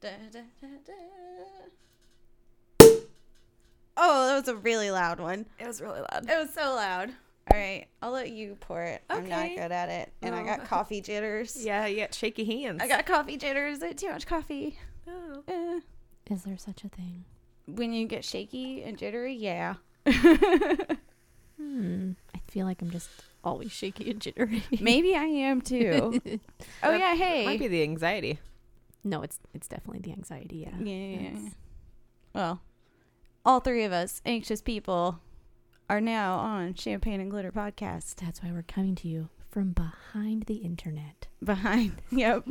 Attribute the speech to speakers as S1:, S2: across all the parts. S1: Da, da, da, da. Oh, that was a really loud one.
S2: It was really loud.
S1: It was so loud. All right, I'll let you pour it. I'm not
S2: Okay.
S1: good at it, and I
S2: Oh.
S1: got coffee jitters.
S2: Yeah, you got shaky hands.
S1: I got coffee jitters. I had too much coffee.
S2: Oh.
S1: Eh.
S2: Is there such a thing?
S1: When you get shaky and jittery, yeah.
S2: Hmm. I feel like I'm just always shaky and jittery.
S1: Maybe I am too. oh yeah, hey.
S3: Might be the anxiety.
S2: no, it's it's definitely the anxiety. Yeah.
S1: Yeah, yeah, yeah.
S2: It's-
S1: Well, all three of us, anxious people, are now on Champagne and Glitter podcast
S2: That's why we're coming to you from behind the internet.
S1: behind. Yep.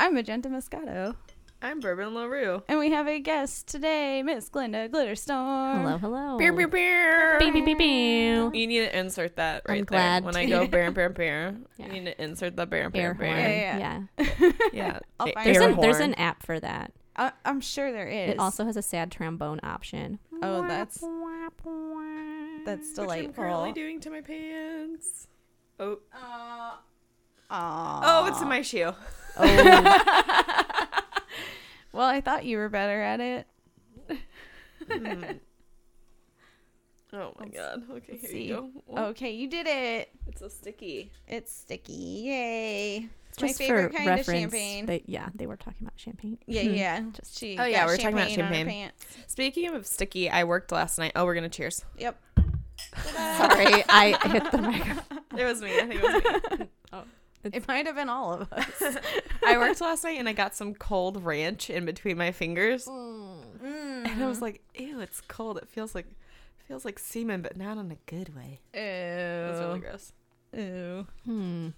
S1: I'm Magenta Moscato,
S3: I'm Bourbon LaRue.
S1: and we have a guest today, Miss Glinda Glitterstorm.
S2: Hello, hello.
S3: Beer, beer, beer.
S2: Oh. Beep, beep, beep, beep.
S3: You need to insert that right
S2: I'm
S3: there.
S2: glad
S3: When
S2: to-
S3: I go bear, bear, bear,
S2: Yeah.
S3: you need to insert the bear, bear,
S2: Air horn.
S3: bear.
S1: Yeah,
S2: Yeah.
S1: yeah.
S3: Yeah.
S1: I'll
S3: a-
S1: find
S3: air
S2: There's,
S1: Air
S2: an, there's
S3: horn.
S2: an app for that.
S1: I- I'm sure there is.
S2: It also has a sad trombone option.
S1: Oh, that's- that's
S3: Which I'm
S1: delightful.
S3: currently doing to my pants. Oh,
S1: Aw.
S3: oh, it's in my shoe.
S1: Oh. Well, I thought you were better at it.
S3: Oh my god. Okay, here
S1: see.
S3: you go. Oh,
S1: Okay, you did it.
S3: It's so sticky.
S1: It's sticky. Yay. It's
S2: Just
S1: my favorite
S2: for
S1: kind
S2: reference,
S1: of champagne.
S2: They, yeah, they were talking about champagne. Hmm.
S1: Yeah, yeah. Just she.
S3: Oh, yeah,
S1: got
S3: we were talking about
S1: on her
S3: champagne.
S1: pants.
S3: Speaking of sticky, I worked last night. Oh, we're gonna cheers.
S1: Yep.
S2: Sorry, I hit the microphone.
S3: It was me. I think it was me.
S1: It might have been all of us.
S3: I worked last night and I got some cold ranch in between my fingers, and I was like, "Ew, it's cold. It feels like, it feels like semen, but not in a good way." It was really
S1: Ew.
S3: gross.
S1: Ew.
S2: Hmm.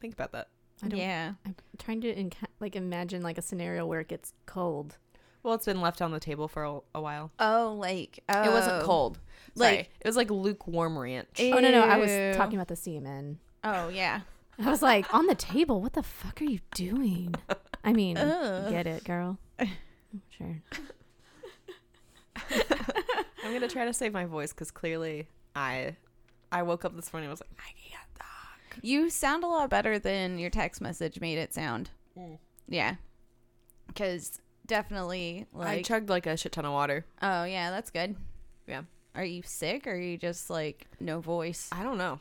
S3: Think about that.
S2: I don't.
S1: Yeah.
S2: I'm trying to inca- like imagine like a scenario where it gets cold.
S3: Well, it's been left on the table for a, a while.
S1: Oh, like oh.
S3: It wasn't cold. Sorry.
S1: Like-
S3: it was like lukewarm ranch.
S2: Oh no, no, I
S1: Ew.
S2: was talking about the semen.
S1: Oh yeah.
S2: I was like on the table. What the fuck are you doing? I mean,
S1: Ugh.
S2: get it, girl. Sure.
S3: I'm gonna try to save my voice because clearly I, I woke up this morning and was like, I can't.
S1: You sound a lot better than your text message made it sound.
S3: Mm.
S1: Yeah. Because definitely
S3: I
S1: like.
S3: chugged like a shit ton of water.
S1: oh yeah, that's good.
S3: Yeah.
S1: Are you sick or are you just like no voice?
S3: I don't know,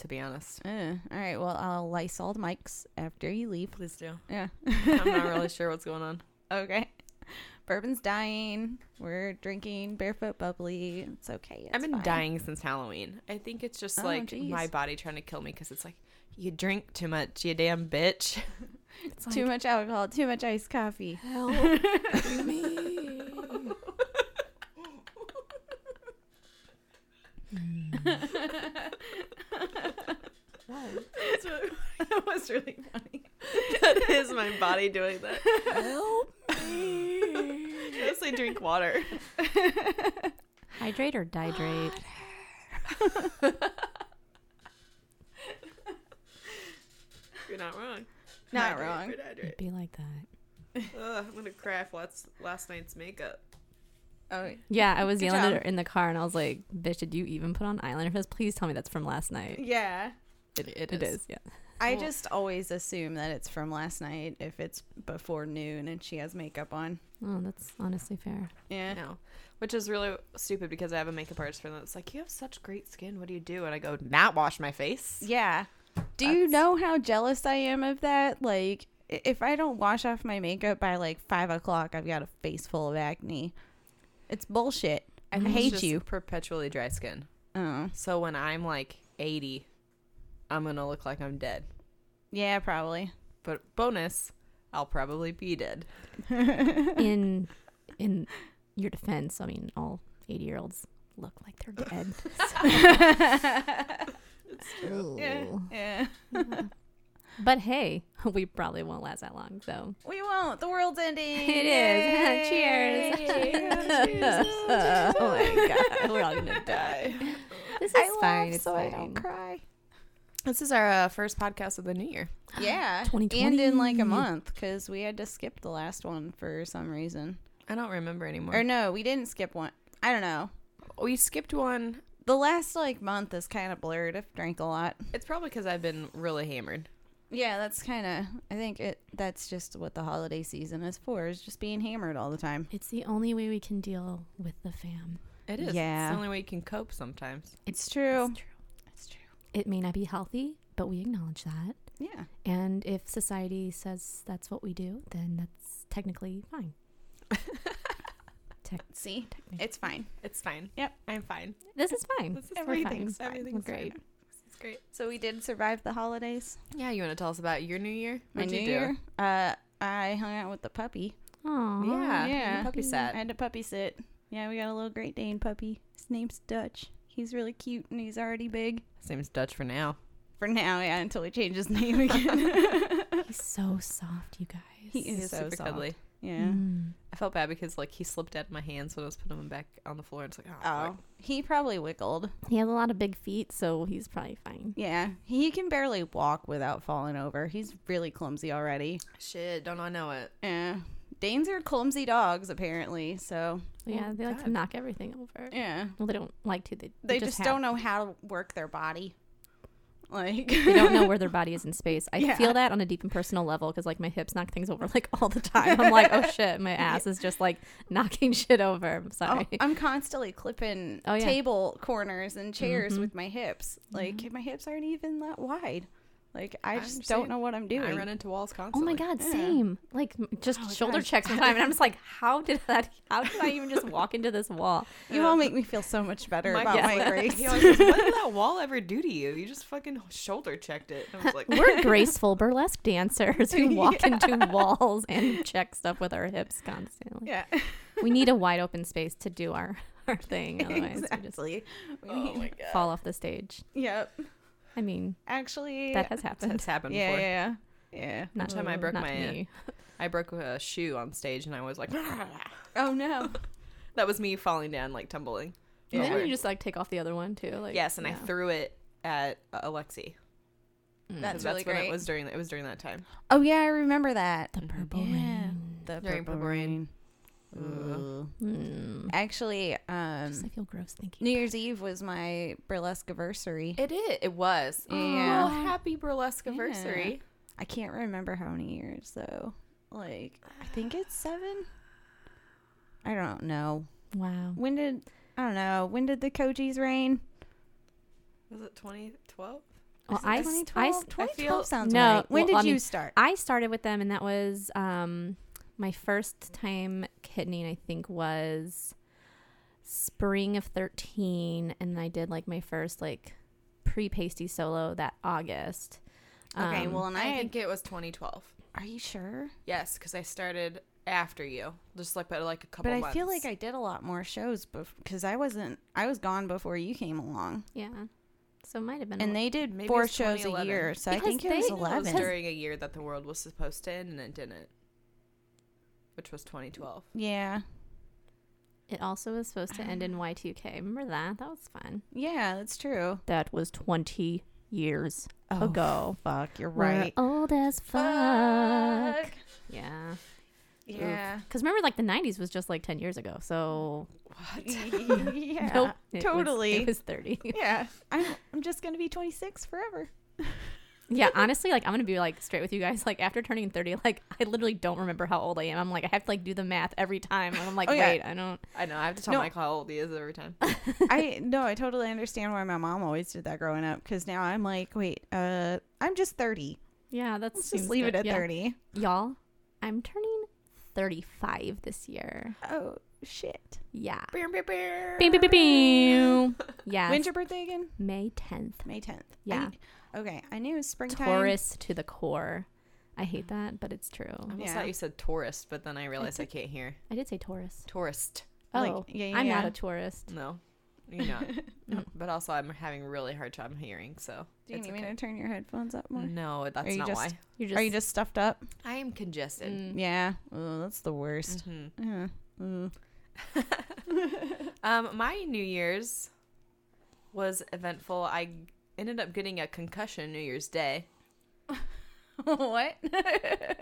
S3: to be honest.
S1: Uh, all right. Well, I'll lysol the mics after you leave.
S3: Please do.
S1: Yeah.
S3: I'm not really sure what's going on.
S1: Okay. Bourbon's dying. We're drinking barefoot bubbly. It's okay.
S3: I've
S1: it's
S3: been
S1: fine.
S3: dying since Halloween. I think it's just
S1: Oh,
S3: like
S1: geez.
S3: my body trying to kill me because it's like you drink too much, you damn bitch.
S2: It's
S1: Too much alcohol. Too much iced coffee.
S2: Help me.
S1: that was really funny.
S3: that is my body doing that.
S2: Help
S3: I Mostly drink water.
S2: Hydrate or dihydrate?
S3: You're not wrong.
S1: Not
S3: Hydrate,
S1: wrong.
S3: hydrate.
S2: Be like that.
S3: Ugh, I'm gonna craft last last night's makeup.
S1: Oh,
S2: Yeah, I was
S1: Good
S2: yelling at
S1: job.
S2: her in the car, and I was like, "Bitch, did you even put on eyeliner?" Because please tell me that's from last night.
S1: yeah.
S2: It is. Yeah.
S1: I
S3: Well-
S1: just always assume that it's from last night if it's before noon and she has makeup on.
S2: Oh, that's honestly fair.
S1: Yeah.
S3: I know. Which is really stupid because I have a makeup artist friend that's like, You have such great skin. What do you do? And I go, Not wash my face.
S1: Yeah. Do you know how jealous I am of that? Like, i- if I don't wash off my makeup by like five o'clock, I've got a face full of acne. It's bullshit. I
S3: It's
S1: hate
S3: just
S1: you.
S3: Perpetually dry skin.
S1: Oh,
S3: So when I'm like 80, I'm going to look like I'm dead.
S1: yeah, probably.
S3: But bonus, I'll probably be dead.
S2: In in your defense, I mean, all eighty year olds look like they're dead. Ooh.
S1: Yeah.
S2: But hey, we probably won't last that long. So
S1: We won't. The world's ending.
S2: It is. Cheers. oh my god, we're all gonna die. This
S1: I
S2: is
S1: laugh
S2: fine. It's
S1: so
S2: fine.
S1: I don't cry.
S3: This is our uh, first podcast of the new year.
S1: Yeah.
S2: 2020.
S1: And in like a month because we had to skip the last one for some reason.
S3: I don't remember anymore.
S1: Or no, we didn't skip one. I don't know.
S3: we skipped one.
S1: The last like month is kind of blurred. I've drank a lot.
S3: It's probably because I've been really hammered.
S1: Yeah, that's kind of. I think it. That's just what the holiday season is for. Is just being hammered all the time.
S2: It's the only way we can deal with the fam.
S3: It is. It's
S1: Yeah.
S3: the only way you can cope sometimes.
S1: It's true.
S2: It's true.
S1: It's true.
S2: It may not be healthy, but we acknowledge that.
S1: Yeah.
S2: And if society says that's what we do, then that's technically fine. Tech-
S1: See,
S2: technically.
S1: it's fine.
S3: It's fine.
S1: Yep.
S3: I'm fine.
S2: this is fine.
S3: This is
S2: We're fine.
S3: everything's
S2: We're fine. We're
S3: everything's fine.
S2: great.
S3: It's great.
S1: So we did survive the holidays.
S3: Yeah, you want to tell us about your new year?
S1: My
S3: What'd
S1: new
S3: you do?
S1: year. Uh, I hung out with the puppy.
S2: Aw.
S3: Yeah.
S1: yeah.
S3: you Puppy
S1: I
S3: sat.
S1: had to puppy sit. Yeah, we got a little Great Dane puppy. His name's Dutch. He's really cute and he's already big.
S3: Seems Dutch for now.
S1: For now, yeah, until we change his name again.
S2: He's so soft, you guys.
S1: He is so soft. yeah.
S2: Mm.
S3: I felt bad because like he slipped out of my hands when I was putting him back on the floor. And it's like, oh,
S1: Oh,
S3: fuck.
S1: he probably wiggled.
S2: He has a lot of big feet, so he's probably fine.
S1: Yeah, he can barely walk without falling over. He's really clumsy already.
S3: shit, don't I know it?
S1: Yeah. Danes are clumsy dogs, apparently. So,
S2: But yeah,
S3: Oh,
S2: they like to
S3: God.
S2: knock everything over.
S1: yeah.
S2: Well, they don't like to. They,
S1: They just,
S2: just, have-
S1: don't know how to work their body. Like,
S2: They don't know where their body is in space. I
S1: Yeah.
S2: feel that on a deep and personal level because like my hips knock things over like all the time. I'm like, oh shit, my ass is just like knocking shit over. I'm
S1: Oh,
S2: sorry.
S1: I'm constantly clipping
S2: Oh, yeah.
S1: table corners and chairs
S2: Mhm.
S1: with my hips. Like, my hips aren't even that wide. Like, I
S3: I'm
S1: just
S3: same.
S1: don't know what I'm doing.
S3: I run into walls
S2: Oh
S3: constantly.
S2: my god,
S1: Yeah.
S2: same. Like m- just
S1: Oh,
S2: shoulder
S1: God.
S2: checks one time, and I'm just like, how did that? How did I even just walk into this wall?
S1: you all make me feel so much better
S3: Mike
S1: about
S3: was
S1: my
S3: like-
S1: grace.
S3: He always goes, what did that wall ever do to you? You just fucking shoulder checked it. And I was like,
S2: We're graceful burlesque dancers who walk into walls and check stuff with our hips constantly.
S1: yeah,
S2: We need a wide open space to do our our thing. Otherwise, we just
S1: exactly. We
S3: oh
S1: need-
S3: my god,
S2: fall off the stage.
S1: Yep.
S2: I mean,
S1: Actually,
S2: that has happened.
S3: that's happened
S1: yeah,
S3: before.
S1: yeah, yeah.
S2: Not,
S3: time I broke
S2: not
S3: my- uh,
S2: knee.
S3: I broke a shoe on stage, and I was like,
S1: Oh no.
S3: that was me falling down, like tumbling.
S2: And
S3: over.
S2: then you just like take off the other one too. Like
S3: yes, and I
S2: yeah.
S3: threw it at uh, Alexi.
S1: That's
S3: That's,
S1: really
S3: when
S1: great.
S3: it was during. It was during that time.
S1: Oh yeah, I remember that.
S2: the purple
S1: Yeah.
S2: rain.
S1: The
S3: During
S1: purple
S3: Purple
S1: rain.
S3: Rain.
S1: Ooh.
S2: Mm.
S1: Actually,
S2: Just, I
S1: um,
S2: feel gross thinking.
S1: New Year's Eve was my burlesque anniversary.
S3: It is. It was.
S1: Yeah.
S3: Oh, happy burlesque anniversary.
S1: I can't remember how many years though. Like I think it's seven. I don't know.
S2: Wow.
S1: When did I don't know. When did the Kojis reign?
S3: Was it 2012?
S2: Well,
S1: Is it
S2: Oh, I, s- I,
S1: 2012?
S2: s-
S3: I
S1: 2012
S3: feel-
S1: sounds
S2: No,
S1: right. When
S2: well,
S1: did
S2: I
S1: you
S2: mean, uh,
S1: start?
S2: I started with them, and that was um, my first time kidneying, I think, was spring of 13. And I did like my first like pre pasty solo that August.
S1: okay,
S2: Um,
S1: well, and I,
S3: I think it was 2012.
S1: are you sure?
S3: Yes, because I started after you, just like but like a couple.
S1: But I
S3: months.
S1: feel like I did a lot more shows because I wasn't. I was gone before you came along,
S2: yeah. So it might have been. a
S1: and
S2: li-
S1: they did
S3: Maybe
S1: four
S3: it's
S1: shows a
S3: 2011.
S1: year. So I
S2: Because
S1: think it
S2: they-
S1: was
S2: No, it
S3: It was
S1: eleven.
S3: during a year that the world was supposed to end and it didn't, which was 2012.
S1: yeah,
S2: it also was supposed to end in Y2K. Remember that? That was fun.
S1: yeah, that's true.
S2: That was 20 years
S1: Oh,
S2: ago.
S1: Fuck, you're
S2: We're
S1: right.
S2: old as fuck. Yeah.
S1: Yeah.
S2: Because remember, like the '90s was just like 10 years ago. So
S1: yeah.
S2: nope, it was-
S1: totally.
S2: it was 30.
S1: Yeah. I'm, I'm just going to be 26 forever.
S2: yeah, honestly, like I'm gonna be like straight with you guys. Like after turning 30, like I literally don't remember how old I am. I'm like I have to like do the math every time, and I'm like,
S1: Oh, yeah.
S2: wait, I don't.
S3: I know. I have to tell
S1: No.
S3: Mike how old he is every time.
S1: I no, I totally understand why my mom always did that growing up cuz now I'm like, wait, uh I'm just 30.
S2: Yeah, that's
S1: Let's just leave it at 30.
S2: y'all. I'm turning 35 this year.
S1: Oh shit.
S2: Yeah.
S3: Beer, beer, beer.
S2: Beam, beam, beam, beam. Yeah.
S1: When's your birthday again?
S2: May 10th.
S1: May 10th.
S2: Yeah.
S1: I- okay, I knew it was springtime.
S2: Taurus to the core. I hate that, but it's
S3: I
S2: true.
S3: almost
S1: Yeah.
S3: thought you said tourist, but then I realized I, can't hear
S2: I did say Taurus.
S3: tourist.
S2: Oh,
S1: Like, yeah, yeah,
S2: I'm not
S1: yeah.
S2: a tourist.
S3: No, you're not.
S2: Mm.
S3: but also, I'm having a really hard time hearing. So
S1: Do you
S3: it's
S1: need me
S3: okay. Mm-hmm.
S1: to turn your headphones up more?
S3: No, that's
S1: you
S3: not
S1: just-
S3: why.
S2: You're just,
S1: Are you just stuffed up?
S3: I am congested.
S2: Mm.
S1: Yeah. Oh, that's the worst.
S3: Mhm.
S1: Yeah. Mm.
S3: um, my New Year's was eventful. I ended up getting a concussion New Year's Day.
S1: what?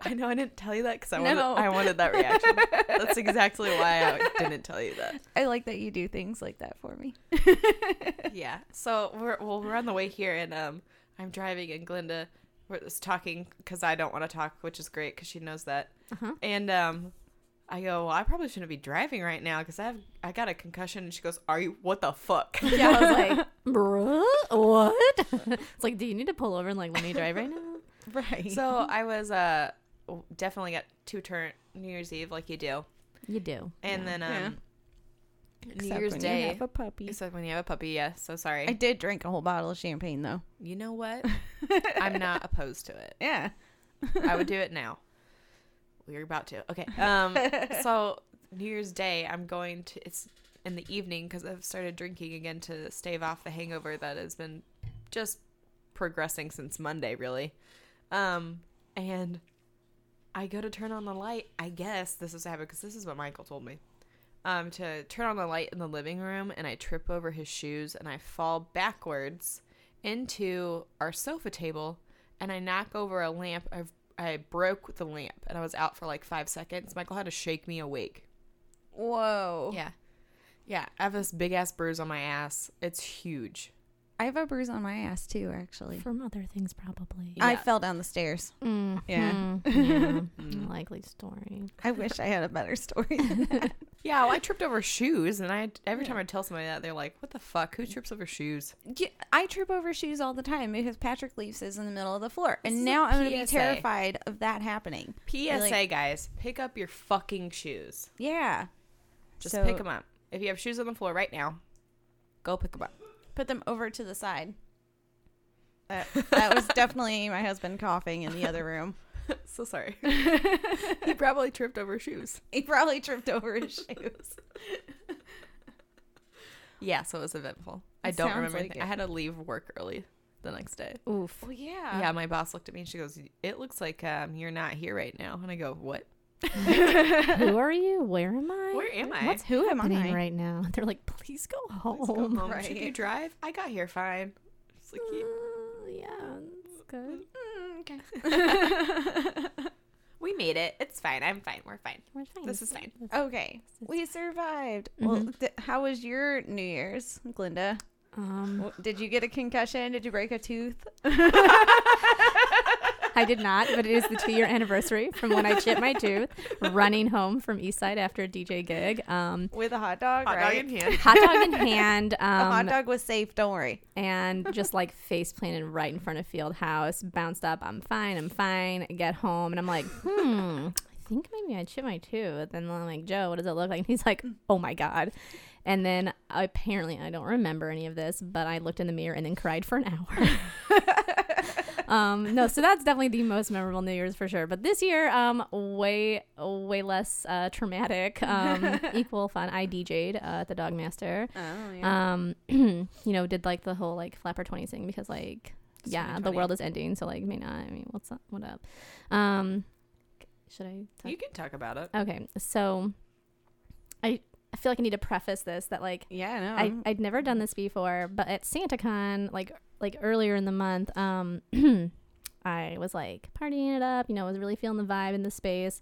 S3: I know I didn't tell you that because I
S1: No.
S3: wanted I wanted that reaction. That's exactly why I didn't tell you that.
S1: I like that you do things like that for me.
S3: Yeah. So we're well, we're on the way here, and um, I'm driving, and Glenda We're just talking because I don't want to talk, which is great because she knows that.
S2: Uh-huh.
S3: And um, I go, well, I probably shouldn't be driving right now because I have I got a concussion. And she goes, Are you? What the fuck?
S2: Yeah, I was like, bruh, what? it's like, do you need to pull over and like let me drive right now?
S1: Right.
S3: so I was uh definitely got two turn New Year's Eve like you do,
S2: You do.
S3: and
S2: yeah.
S3: then
S1: Yeah.
S3: um New Year's
S1: when
S3: Day.
S1: You have a puppy.
S3: Except when you have a puppy, yeah. So sorry.
S1: I did drink a whole bottle of champagne though.
S3: you know what? I'm not opposed to it.
S1: Yeah.
S3: I would do it now. We're about to. Okay. Um. So New Year's Day, I'm going to. It's in the evening because I've started drinking again to stave off the hangover that has been just progressing since Monday, really. Um. And I go to turn on the light. I guess this is happening because this is what Michael told me. Um, to turn on the light in the living room, and I trip over his shoes, and I fall backwards into our sofa table, and I knock over a lamp. I, I broke the lamp, and I was out for like five seconds. Michael had to shake me awake.
S1: Whoa.
S3: Yeah, yeah. I have this big ass bruise on my ass. It's huge.
S1: I have a bruise on my ass too, actually.
S2: from other things, probably.
S1: I
S3: Yeah.
S1: fell down the stairs.
S2: Mhm.
S1: Yeah.
S2: yeah. Likely story.
S1: I wish I had a better story. than that.
S3: Yeah, well, I tripped over shoes, and I every time I tell somebody that, they're like, "What the fuck? Who trips over shoes?"
S1: Yeah, I trip over shoes all the time because Patrick leaves his in the middle of the floor,
S3: This
S1: and
S3: is
S1: now
S3: a
S1: I'm going to be
S3: PSA.
S1: terrified of that happening.
S3: PSA,
S1: Like-
S3: guys, pick up your fucking shoes.
S1: Yeah,
S3: Just
S1: So-
S3: pick 'em pick them up. If you have shoes on the floor right now, go pick them up.
S1: put them over to the side. That, that was definitely my husband coughing in the other room.
S3: So sorry. he probably tripped over shoes.
S1: He probably tripped over his shoes.
S3: Yeah, so it was eventful. I
S1: It
S3: don't
S1: sounds
S3: remember
S1: like
S3: anything.
S1: it.
S3: I had to leave work early the next day.
S2: Oof.
S1: Well, yeah,
S3: yeah, my boss looked at me and she goes, "It looks like um, you're not here right now." And I go, "What?
S2: who are you? Where am I?
S3: Where am I?
S1: What's who am I?
S2: happening right now? They're like, please go home.
S3: Let's go home. Should you
S1: right.
S3: drive? I got here fine." It's like, "Yeah."
S2: Uh, yeah, it's good.
S1: Mm, okay.
S3: "We made it. It's fine. I'm fine. We're fine.
S2: We're fine.
S3: This is fine."
S1: Okay, we survived. Well,
S2: Mm-hmm.
S1: th- how was your New Year's, Glinda?
S2: Um,
S1: W- Did you get a concussion? Did you break a tooth?
S2: I did not, but it is the two year anniversary from when I chipped my tooth running home from Eastside after a DJ gig. Um,
S1: With a hot dog,
S3: Hot dog
S1: right?
S3: in hand.
S2: hot dog in hand.
S1: The hot
S2: Um,
S1: dog was safe. Don't worry.
S2: and just like face planted right in front of field house bounced up i'm fine i'm fine I get home and i'm like hmm i think maybe i chip my tooth and then i'm like joe what does it look like and he's like oh my god and then apparently i don't remember any of this but i looked in the mirror and then cried for an hour um no so that's definitely the most memorable new year's for sure but this year um way way less uh traumatic um equal fun i dj'd uh, at the dog master
S1: Oh
S2: um you know did like the whole like flapper 20 thing because like
S3: It's
S2: yeah the
S3: 2020.
S2: world is ending so like may not i mean what's up what up um should i talk?
S3: You can talk about it.
S2: okay so i i feel like i need to preface this that like
S1: yeah, no.
S2: I,
S1: I'm-
S2: I'd never done this before, but at SantaCon, like like earlier in the month, um, I was like partying it up. You know, I was really feeling the vibe in the space,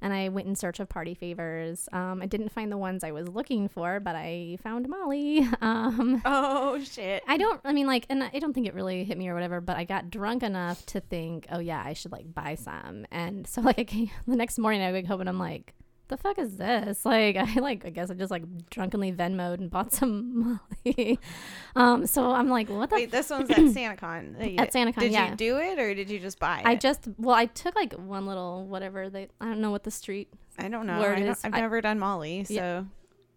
S2: and I went in search of party favors. Um, I didn't find the ones I was looking for, but I found Molly. Um,
S1: oh shit.
S2: I don't. I mean, like, and I don't think it really hit me or whatever. But I got drunk enough to think, oh yeah, I should like buy some. And so like, I came the next morning. I wake up and I'm like, the fuck is this? Like, I like, I guess I just like drunkenly Venmoed and bought some Molly. um, so I'm like, what the.
S1: Wait, this one's at SantaCon. that you-
S2: At SantaCon,
S1: did
S2: yeah.
S1: you do it or did you just buy it?
S2: I just well, I took like one little whatever they. I don't know what the street.
S1: I don't know.
S2: Word
S1: I don't,
S2: is-
S1: I've
S2: I-
S1: never done Molly, so
S2: Yeah.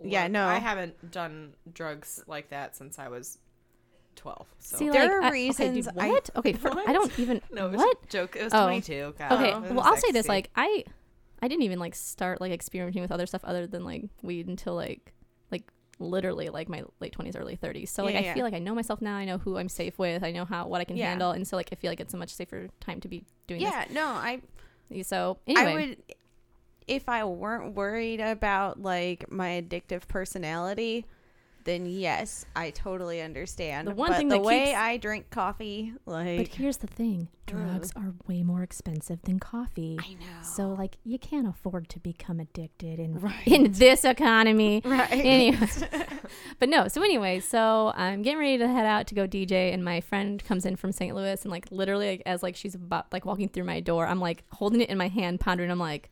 S1: Yeah,
S3: Look,
S1: no.
S3: I haven't done drugs like that since I was 12. So.
S2: See,
S1: There
S2: like,
S1: are
S2: I-
S1: reasons
S2: Okay, dude,
S1: I-
S2: what? okay, for, I don't even.
S3: no, it was
S2: what?
S3: a joke. It was
S2: Oh.
S3: 22. God,
S2: Okay,
S3: it was
S2: well, I'll say
S3: ecstasy.
S2: this: like, I, I didn't even like start like experimenting with other stuff other than like weed until like, like literally like my late twenties, early thirties. So like,
S1: Yeah,
S2: I
S1: yeah.
S2: feel like I know myself now. I know who I'm safe with. I know how what I can
S1: Yeah.
S2: handle, and so like, I feel like it's a much safer time to be doing
S1: yeah, no, I
S2: this. So anyway,
S1: I would if I weren't worried about like my addictive personality, then yes, I totally understand.
S2: The one
S1: but
S2: thing
S1: the
S2: that
S1: way
S2: keeps-
S1: I drink coffee,
S2: But
S1: like
S2: here's the thing drugs are way more expensive than coffee.
S1: I know.
S2: So, like, you can't afford to become addicted in, in this economy.
S1: right.
S2: Anyways. but no, so anyway, so I'm getting ready to head out to go DJ, and my friend comes in from St. Louis, and like literally, like, as like she's about like walking through my door, I'm like holding it in my hand, pondering. I'm like,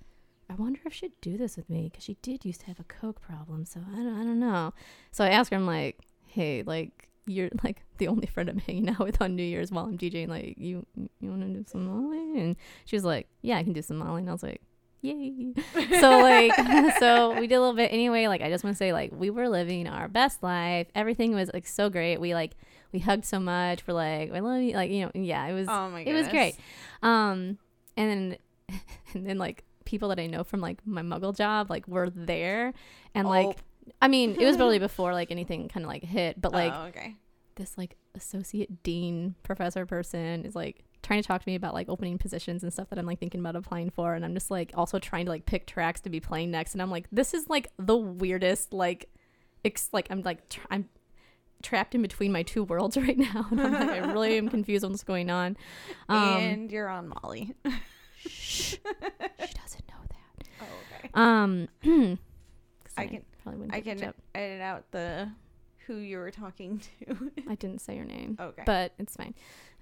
S2: I wonder if she'd do this with me because she did used to have a coke problem, so I don't, I don't know. So I ask her, I'm like, hey, like you're like the only friend I'm hanging out with on New Year's while I'm DJing. Like, you you want to do some Molly? And she was like, yeah, I can do some Molly, and I was like. Yay. So like so we did a little bit anyway, like I just want to say like we were living our best life. Everything was like so great. We like we hugged so much. We're like, I love you. Like, you know, yeah, it was
S1: oh my
S2: it
S1: goodness.
S2: was great. Um and then and then like people that I know from like my muggle job like were there and
S1: Oh.
S2: like I mean, it was really before like anything kind of like hit, but like
S1: oh, okay.
S2: this like associate dean professor person is like trying to talk to me about like opening positions and stuff that I'm like thinking about applying for and I'm just like also trying to like pick tracks to be playing next and I'm like this is like the weirdest like ex- like I'm like tr- I'm trapped in between my two worlds right now and I'm like I really am confused on what's going on. Um,
S1: and you're on Molly. oh,
S2: shh, she doesn't know that.
S1: okay.
S2: Um 'cause
S1: I
S2: then
S1: can-
S2: probably wouldn't
S1: I
S2: get the
S1: can
S2: job.
S1: edit out the who you were talking to.
S2: I didn't say your name.
S1: okay. Oh,
S2: but it's fine.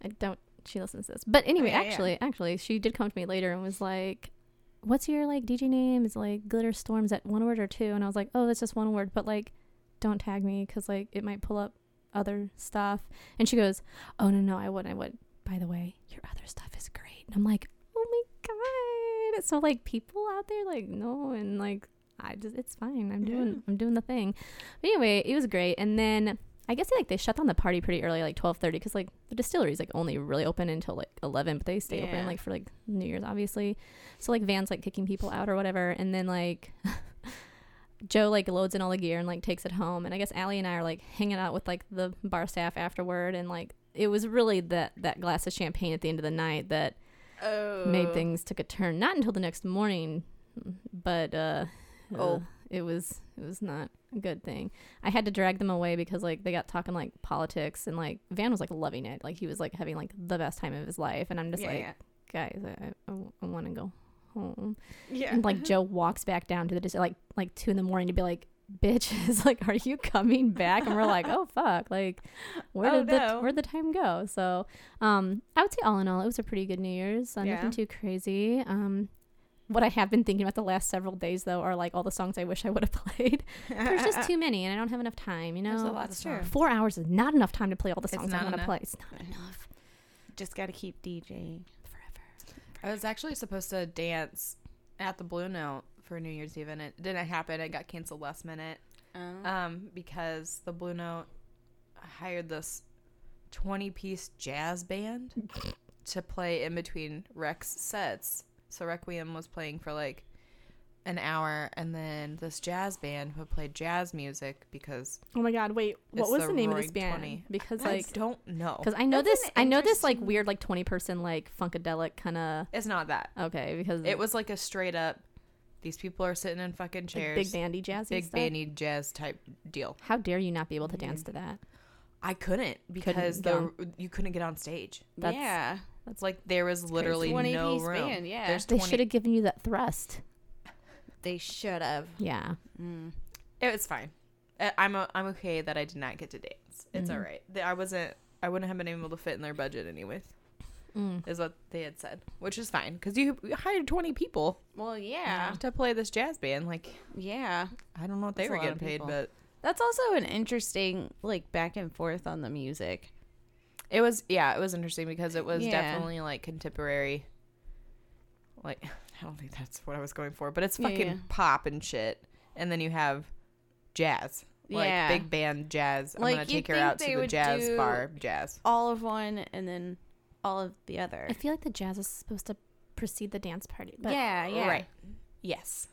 S2: I don't. She listens to this, but anyway,
S1: yeah, yeah.
S2: actually, actually, she did come to me later and was like, "What's your like DJ name? Is like Glitter Storms at one word or two? And I was like, "Oh, that's just one word, but like, don't tag me because like it might pull up other stuff." And she goes, "Oh no, no, I would, I would. By the way, your other stuff is great." And I'm like, "Oh my god!" So like, people out there like no, and like, I just it's fine. I'm doing,
S1: Yeah.
S2: I'm doing the thing. But anyway, it was great, and then. I guess like they shut down the party pretty early, like twelve thirty, because like the distillery's like only really open until like eleven, but they stay
S1: Yeah.
S2: open like for like New Year's, obviously. So like Van's like kicking people out or whatever, and then like Joe like loads in all the gear and like takes it home, and I guess Allie and I are like hanging out with like the bar staff afterward, and like it was really that that glass of champagne at the end of the night that
S1: oh.
S2: made things took a turn. Not until the next morning, but uh,
S1: Oh.
S2: uh, it was it was not a good thing. I had to drag them away because like they got talking like politics and like Van was like loving it. Like he was like having like the best time of his life, and I'm just
S1: yeah,
S2: like,
S1: yeah.
S2: guys, I, I, I want to go home.
S1: yeah.
S2: And
S3: Mm-hmm.
S2: like Joe walks back down to the dis- like like two in the morning to be like. Bitches, like, are you coming back? And we're like, oh fuck, like, where
S1: Oh,
S2: did
S1: no.
S2: the where the time go? So, um, I would say all in all, it was a pretty good New Year's. Uh,
S1: Yeah.
S2: Nothing too crazy. Um, what I have been thinking about the last several days though are like all the songs I wish I would have played. There's just too many, and I don't have enough time. You know,
S3: There's a lot of
S1: that's true.
S3: songs.
S2: four hours is not enough time to play all the
S3: It's
S2: songs I
S3: not
S2: want to
S3: enough.
S2: play. It's not enough
S1: Just gotta keep DJing.
S2: forever.
S3: Oh. I was actually supposed to dance at the Blue Note for New Year's Eve, and it didn't happen. It got canceled last minute
S2: Oh.
S3: um, because the Blue Note hired this 20 piece jazz band to play in between Rex sets. So Requiem was playing for like an hour, and then this jazz band would play jazz music because
S2: Oh my god! Wait, what
S3: It's
S2: was
S3: the
S2: the, name of this
S3: Roaring
S2: band?
S3: 20.
S2: Because
S3: I
S2: like,
S3: just don't know.
S2: because I know
S1: That's
S2: this,
S1: an
S2: I know this like
S1: interesting-
S2: weird like twenty person like funkadelic kind of
S3: It's not that.
S2: okay because
S3: It was like a straight up. These people are sitting in fucking
S2: like,
S3: chairs.
S2: big bandy jazzy
S3: big
S2: stuff.
S3: bandy jazz type deal.
S2: How dare you not be able to dance to that?
S3: I couldn't because
S2: get on.
S3: the you couldn't get on stage.
S2: That's-
S1: yeah.
S3: It's like there was literally
S1: Twenty
S3: no
S1: piece
S3: room.
S1: band, yeah.
S3: There's
S2: They should
S3: 20
S2: have given you that thrust.
S1: They should have.
S2: Yeah.
S1: Mm.
S3: It was fine. I- I'm o- I'm okay that I did not get to dance. It's
S1: Mm-hmm.
S3: all right. The- I wasn't. I wouldn't have been able to fit in their budget anyways.
S2: Mm.
S3: Is what they had said, which is fine because you you hired 20 people
S1: Well, yeah.
S3: to play this jazz band. Like
S1: Yeah.
S3: I don't know what they
S1: That's a
S3: were
S1: lot
S3: getting
S1: of
S3: paid,
S1: people.
S3: but
S1: That's also an interesting like back and forth on the music.
S3: it was yeah, it was interesting because it was
S1: Yeah.
S3: definitely like contemporary. Like I don't think that's what I was going for, but it's
S1: Yeah,
S3: fucking
S1: yeah.
S3: pop and shit, and then you have jazz, like
S1: Yeah.
S3: big band jazz. I'm
S1: Like,
S3: gonna
S1: you'd
S3: take her
S1: think
S3: out
S1: they
S3: to the
S1: would
S3: jazz
S1: do-
S3: bar, jazz.
S1: All of one and then all of the other.
S2: I feel like the jazz is supposed to precede the dance party. But
S1: yeah, yeah.
S3: Right. Yes.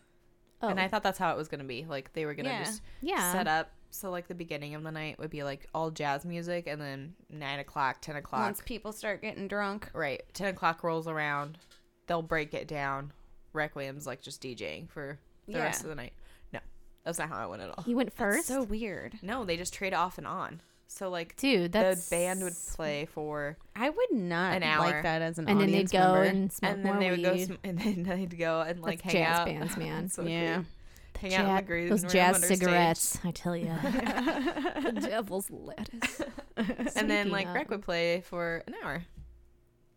S2: Oh,
S3: And I uh, thought that's how it was going to be. Like they were going to
S1: Yeah.
S3: just
S2: yeah.
S3: set up. So like the beginning of the night would be like all jazz music, and then nine o'clock, ten o'clock.
S1: Once people start getting drunk.
S3: Right. Ten o'clock rolls around, they'll break it down. Requiem's like just DJing for the
S1: Yeah.
S3: rest of the night. No, That's not how I went at all.
S2: He went
S1: That's
S2: first.
S1: so weird.
S3: No, they just trade off and on. So like
S2: Dude, that's
S3: the band would play for,
S1: I would not
S3: An hour.
S1: like that as an
S2: and then they'd
S1: audience
S2: go
S1: member.
S2: and smoke
S3: and then
S2: more
S3: they would
S2: weed.
S3: go sm- and then they'd go and like
S2: That's
S3: hang
S2: jazz
S3: out.
S2: bands, man.
S3: So
S1: yeah.
S3: cool. hang out in the green
S2: those
S3: room
S2: jazz
S3: under stage.
S2: cigarettes, I tell you, the devil's lettuce.
S3: and then
S2: Speaking
S3: like
S2: of-
S3: rec would play for an hour.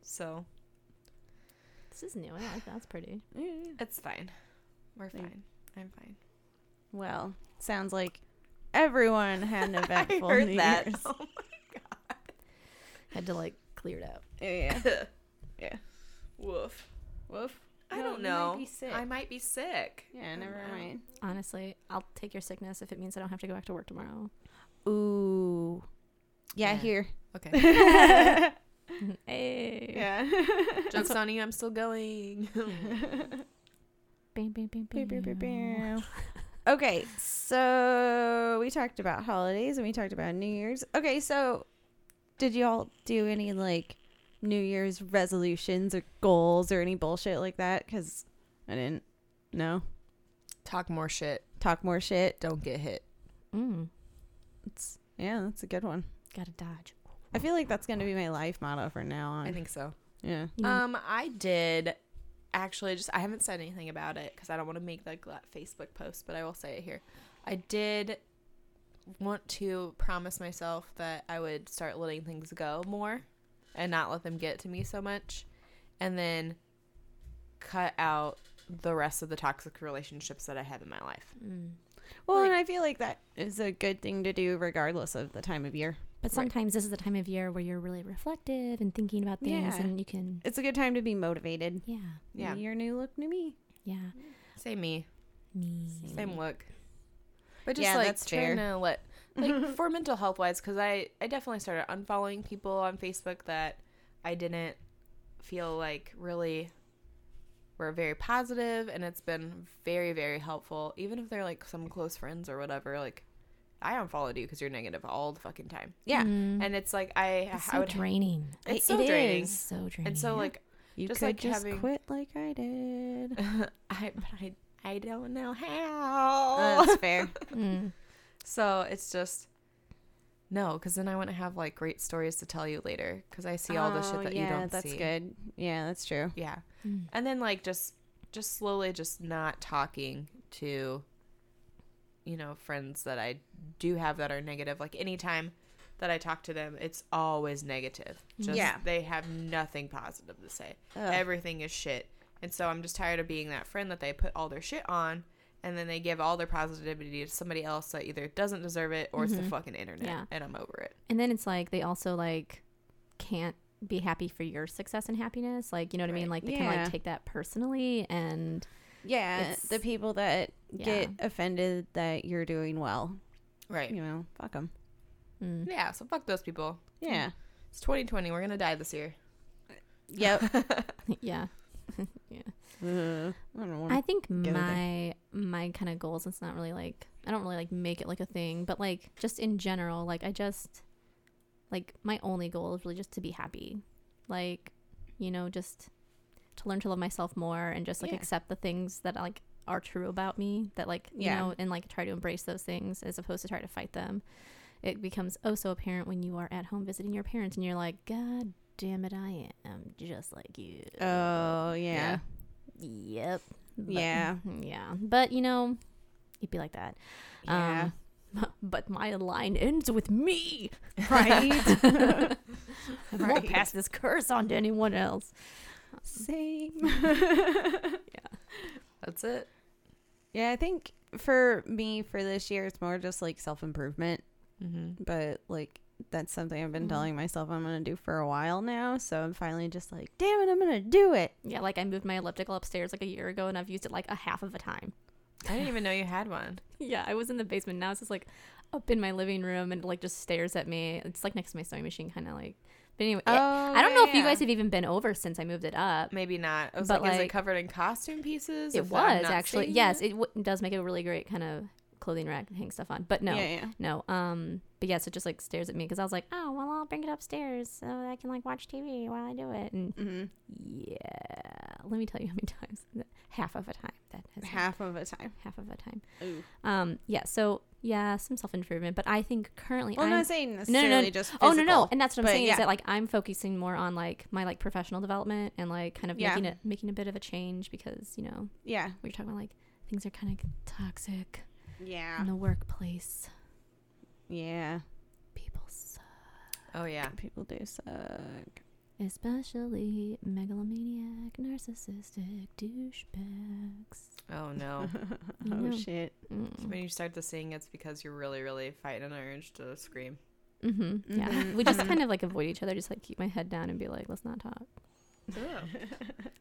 S3: So
S2: This is new. I like that. That's pretty.
S3: it's fine. We're
S1: Thank-
S3: fine. I'm fine.
S1: Well, sounds like everyone had an eventful
S3: I heard
S1: New
S3: that.
S1: Year's.
S3: Oh
S2: Had to like clear it out.
S1: Yeah.
S3: my-
S1: Yeah.
S3: Woof.
S1: Woof.
S3: I
S1: No,
S3: don't
S1: you might
S3: know.
S1: be sick.
S3: I might be sick.
S1: Yeah, never
S3: wow.
S1: mind.
S2: Honestly, I'll take your sickness if it means I don't have to go back to work tomorrow.
S1: Ooh. Yeah,
S3: Yeah.
S1: here.
S3: Okay.
S2: hey.
S1: Yeah.
S3: Jokes on you. I'm still going.
S2: Bam, bam, bam,
S1: Pew, pew, pew,
S2: bam.
S1: pew. okay, so we talked about holidays and we talked about New Year's. Okay, so did y'all do any like New Year's resolutions or goals or any bullshit like that? Because I didn't. No.
S3: Talk more shit.
S1: Talk more shit.
S3: Don't get hit.
S2: Mm,
S1: It's, yeah, that's a good one.
S2: gotta dodge.
S1: I feel like that's going to be my life motto from now on.
S3: I think so.
S1: yeah.
S2: You know,
S3: Um, I did actually just I haven't said anything about it because I don't want to make that gla- Facebook post, but I will say it here. I did want to promise myself that I would start letting things go more and not let them get to me so much, and then cut out the rest of the toxic relationships that I have in my life.
S2: mm.
S1: Well,
S3: Like-
S1: and I feel like that is a good thing to do regardless of the time of year.
S2: But sometimes this is the time of year where you're really reflective and thinking about things,
S1: Yeah.
S2: and you can,
S1: It's a good time to be motivated.
S2: yeah,
S3: Yeah.
S1: Your new look, new me.
S2: yeah,
S3: Say me,
S2: me. Mm.
S3: same look. But just
S1: Yeah,
S3: like
S1: that's
S3: trying
S1: fair.
S3: to let like for mental health wise because I, I definitely started unfollowing people on facebook that i didn't feel like really were very positive and it's been very very helpful even if they're like some close friends or whatever like i unfollowed you because you're negative all the fucking time
S1: Yeah.
S2: Mm.
S3: and it's like i
S2: It's
S3: i
S2: so
S3: would
S2: draining.
S3: it's
S1: It-
S3: so
S1: it
S3: draining
S1: is.
S2: So draining.
S3: and so like
S1: You
S3: Just
S1: could
S3: like
S1: just
S3: having-
S1: quit like I did.
S3: i but i i don't know how
S1: that's fair.
S2: Mm.
S3: So it's just no, because then I want to have like great stories to tell you later. Because I see all the shit that
S1: Oh, yeah,
S3: you don't
S1: that's
S3: see.
S1: good. Yeah, that's true.
S3: Yeah,
S2: Mm.
S3: and then like just just slowly just not talking to you know friends that I do have that are negative. Like anytime that I talk to them, it's always negative. Just,
S1: Yeah.
S3: they have nothing positive to say.
S1: Ugh.
S3: Everything is shit. And so I'm just tired of being that friend that they put all their shit on and then they give all their positivity to somebody else that either doesn't deserve it or it's the fucking internet.
S2: Mm-hmm. Yeah.
S3: And I'm over it.
S2: And then it's like they also like can't be happy for your success and happiness. Like you know what I mean? Like they kind of
S1: Yeah.
S2: like take that personally, and
S1: Yeah,
S2: It's-
S1: the people that get
S2: yeah.
S1: offended that you're doing well,
S3: Right.
S1: you know, fuck them.
S2: mm.
S3: Yeah. So fuck those people.
S1: Yeah.
S3: It's 2020. We're going to die this year.
S1: Yep.
S2: yeah.
S1: Ugh. I don't want
S2: I think
S1: there.
S2: my my kind of goals. It's not really like I don't really like make it like a thing, but like just in general, like I just like my only goal is really just to be happy, like you know, just to learn to love myself more and just like
S1: Yeah.
S2: accept the things that like are true about me that like you
S1: Yeah.
S2: know and like try to embrace those things as opposed to try to fight them. It becomes oh so apparent when you are at home visiting your parents and you're like, God damn it, I am just like you.
S1: Oh, yeah.
S3: Yeah.
S2: Yep. But- mm-hmm,
S1: Yeah.
S2: Yeah. But you know, it'd be like that.
S1: Yeah.
S2: Um, but my line ends with me.
S1: right?
S2: I
S1: Right.
S2: won't pass this curse on to anyone else.
S1: Same.
S3: That's it.
S1: Yeah, I think for me for this year, it's more just like self improvement.
S3: Mm-hmm.
S1: But like, that's something I've been
S2: Mhm.
S1: telling myself I'm going to do for a while now. So I'm finally just like, damn it, I'm going to do it.
S2: Yeah, like I moved my elliptical upstairs like a year ago and I've used it like a half of a time.
S3: I didn't even know you had one.
S2: Yeah, I was in the basement. Now it's just like up in my living room and it, like just stares at me. It's like next to my sewing machine, kind of like. But anyway, it-
S1: Oh,
S2: I don't know if you
S1: yeah.
S2: guys have even been over since I moved it up.
S3: Maybe not. I was
S2: But,
S3: like, is it
S2: like-
S3: covered in costume pieces?
S2: It
S3: If I'm
S2: was
S3: not
S2: actually
S3: seeing
S2: yes.
S3: it?
S2: It w- does make it a really great kind of clothing rack to hang stuff on. But no,
S1: Yeah, yeah.
S2: no. Um, but yes, it just like stares at me because I was like, oh well, I'll bring it upstairs so that I can like watch TV while I do it. And
S1: Mm-hmm.
S2: yeah, let me tell you how many times, half of a time that has his name.
S1: half of a time.
S2: half of a time.
S1: Ooh.
S2: Um, yeah. So yeah, some self improvement, but I think currently
S1: Well, I'm
S2: I'm
S1: not saying necessarily just
S2: Oh no no,
S1: physical.
S2: and that's what I'm
S1: but
S2: saying
S1: yeah.
S2: is that like I'm focusing more on like my like professional development and like kind of
S1: Yeah.
S2: making it making a bit of a change because you know
S1: Yeah.
S2: we we're talking about like things are kind of toxic
S1: Yeah.
S2: in the workplace.
S1: Yeah.
S2: People suck,
S3: Oh yeah.
S1: People do suck.
S2: especially megalomaniac, narcissistic douchebags.
S3: Oh no.
S2: Mm-hmm.
S1: oh
S2: You know.
S1: shit.
S2: Mm.
S3: when you start to sing, it's because you're really, really fighting an urge to scream.
S2: hmm Yeah,
S1: Mhm.
S2: we just
S1: Mhm.
S2: kind of like avoid each other. Just like keep my head down and be like, let's not talk.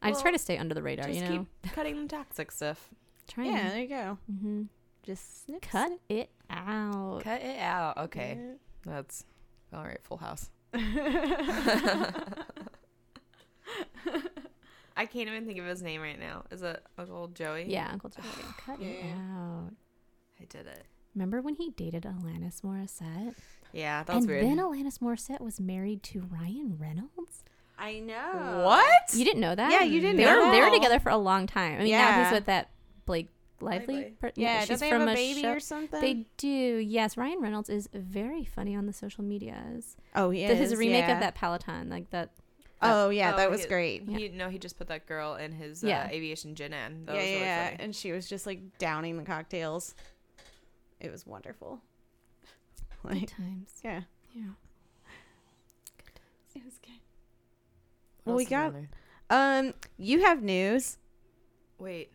S2: I just try
S3: Well,
S2: to stay under the radar,
S3: Just
S2: you know.
S3: keep cutting the toxic stuff.
S2: Try
S1: Yeah,
S2: and
S1: there you go.
S2: hmm
S1: Just snip,
S2: cut it out.
S3: Cut it out. Okay, that's all right. Full House. I can't even think of his name right now. Is it Uncle Joey?
S2: Yeah, Uncle Joey, cut it
S1: Yeah.
S2: out.
S3: I did it.
S2: Remember when he dated Alanis Morissette?
S3: Yeah, that was
S2: and
S3: weird.
S2: then Alanis Morissette was married to Ryan Reynolds.
S1: I know.
S3: what?
S2: You didn't know that?
S1: Yeah, you didn't
S2: They were
S1: know
S2: they were
S1: that.
S2: together for a long time. I mean, now he's
S1: Yeah.
S2: with that Blake Lively.
S3: Lively.
S2: per-
S1: Yeah,
S2: she's
S1: does they
S2: from
S1: have a baby
S2: show-
S1: or something?
S2: They do. Yes, Ryan Reynolds is very funny on the social medias.
S1: oh, he
S2: The- his
S1: is,
S2: remake
S1: yeah.
S2: of that Peloton, like that.
S1: Oh, yeah,
S3: Oh,
S1: that was
S3: he-
S1: great.
S3: He, No, he just put that girl in his
S2: Yeah.
S3: uh, aviation gin in. That
S1: yeah,
S3: was really
S1: yeah,
S3: funny.
S1: and she was just like downing the cocktails. It was wonderful.
S2: Good
S1: Like,
S2: times.
S1: yeah,
S2: Yeah.
S1: it was good.
S3: What
S1: Well, we
S3: else is on
S1: got-
S3: there?
S1: Um, you have news.
S3: Wait.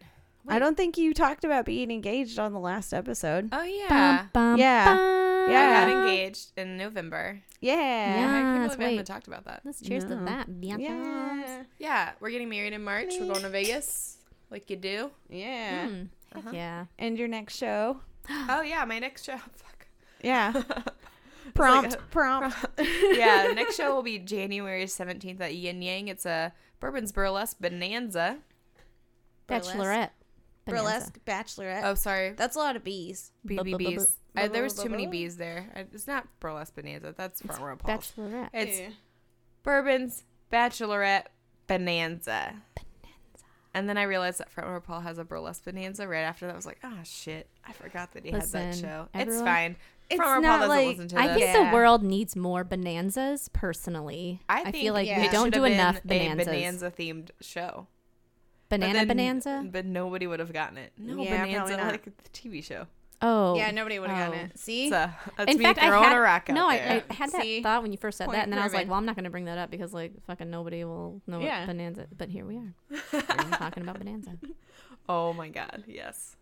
S1: I don't think you talked about being engaged on the last episode.
S3: Oh yeah.
S2: Bum, bum,
S1: Yeah.
S2: bum.
S3: I
S1: Yeah.
S3: got engaged in November. Ah,
S1: Yeah.
S3: I can't
S2: Yes,
S3: believe we haven't
S2: wait.
S3: talked about that.
S2: Let's cheers
S1: No.
S2: to that. Yeah.
S1: Yeah.
S3: Yeah, we're getting married in March. We're going to Vegas, like you do.
S1: Yeah.
S2: Mm. Heck
S3: Uh-huh.
S2: yeah.
S1: And your next show.
S3: Oh yeah, my next show. Fuck.
S1: Yeah.
S3: Prompt,
S1: prompt, prompt.
S3: yeah, next show will be January seventeenth at Yin Yang. It's a Bourbon's Burlesque Bonanza.
S2: Bachelorette.
S1: Burlesque
S2: Uh,
S1: Bachelorette.
S3: Oh, sorry,
S1: That's a lot of bees.
S3: BBBs. I, Uh, there was too many B's there. I- It's not Burlesque Bonanza. That's front row
S2: Bonanza.
S3: applause.
S2: Bachelorette.
S3: It's Bourbon's Bachelorette Bonanza. And then I realized that Front Row Paul has a burlesque bonanza right after that. I was like, ah, shit. I forgot that he had that
S2: Listen,
S3: show. it's
S2: everyone-
S3: fine.
S1: It's
S3: Front Row Paul
S1: not
S3: doesn't
S1: like-
S3: listen to this.
S2: I think
S1: Yeah.
S2: the world needs more bonanzas. Personally,
S3: I, think
S2: feel like
S1: yeah.
S2: we
S1: it
S2: don't
S3: should
S2: do
S3: have been
S2: enough
S3: a
S2: bonanzas.
S3: bonanza themed show. But
S2: Banana
S3: then-
S2: bonanza.
S3: But nobody would have gotten it. No
S1: Yeah, probably
S3: bonanza
S1: not.
S3: like the TV show.
S2: Oh,
S1: Yeah, nobody would have
S2: Oh.
S1: gotten it. See?
S3: So that's
S2: In
S3: me
S2: fact, I
S3: throwing
S2: had
S3: a rock out
S2: no.
S3: there.
S2: I, I had that
S1: See?
S2: thought when you first said
S1: Point
S2: that, and then I was like,
S1: proven.
S2: "Well, I'm not going to bring that up because like fucking nobody will know
S1: Yeah.
S2: what bonanza." But here we are. We're talking about bonanza.
S3: oh my god, yes.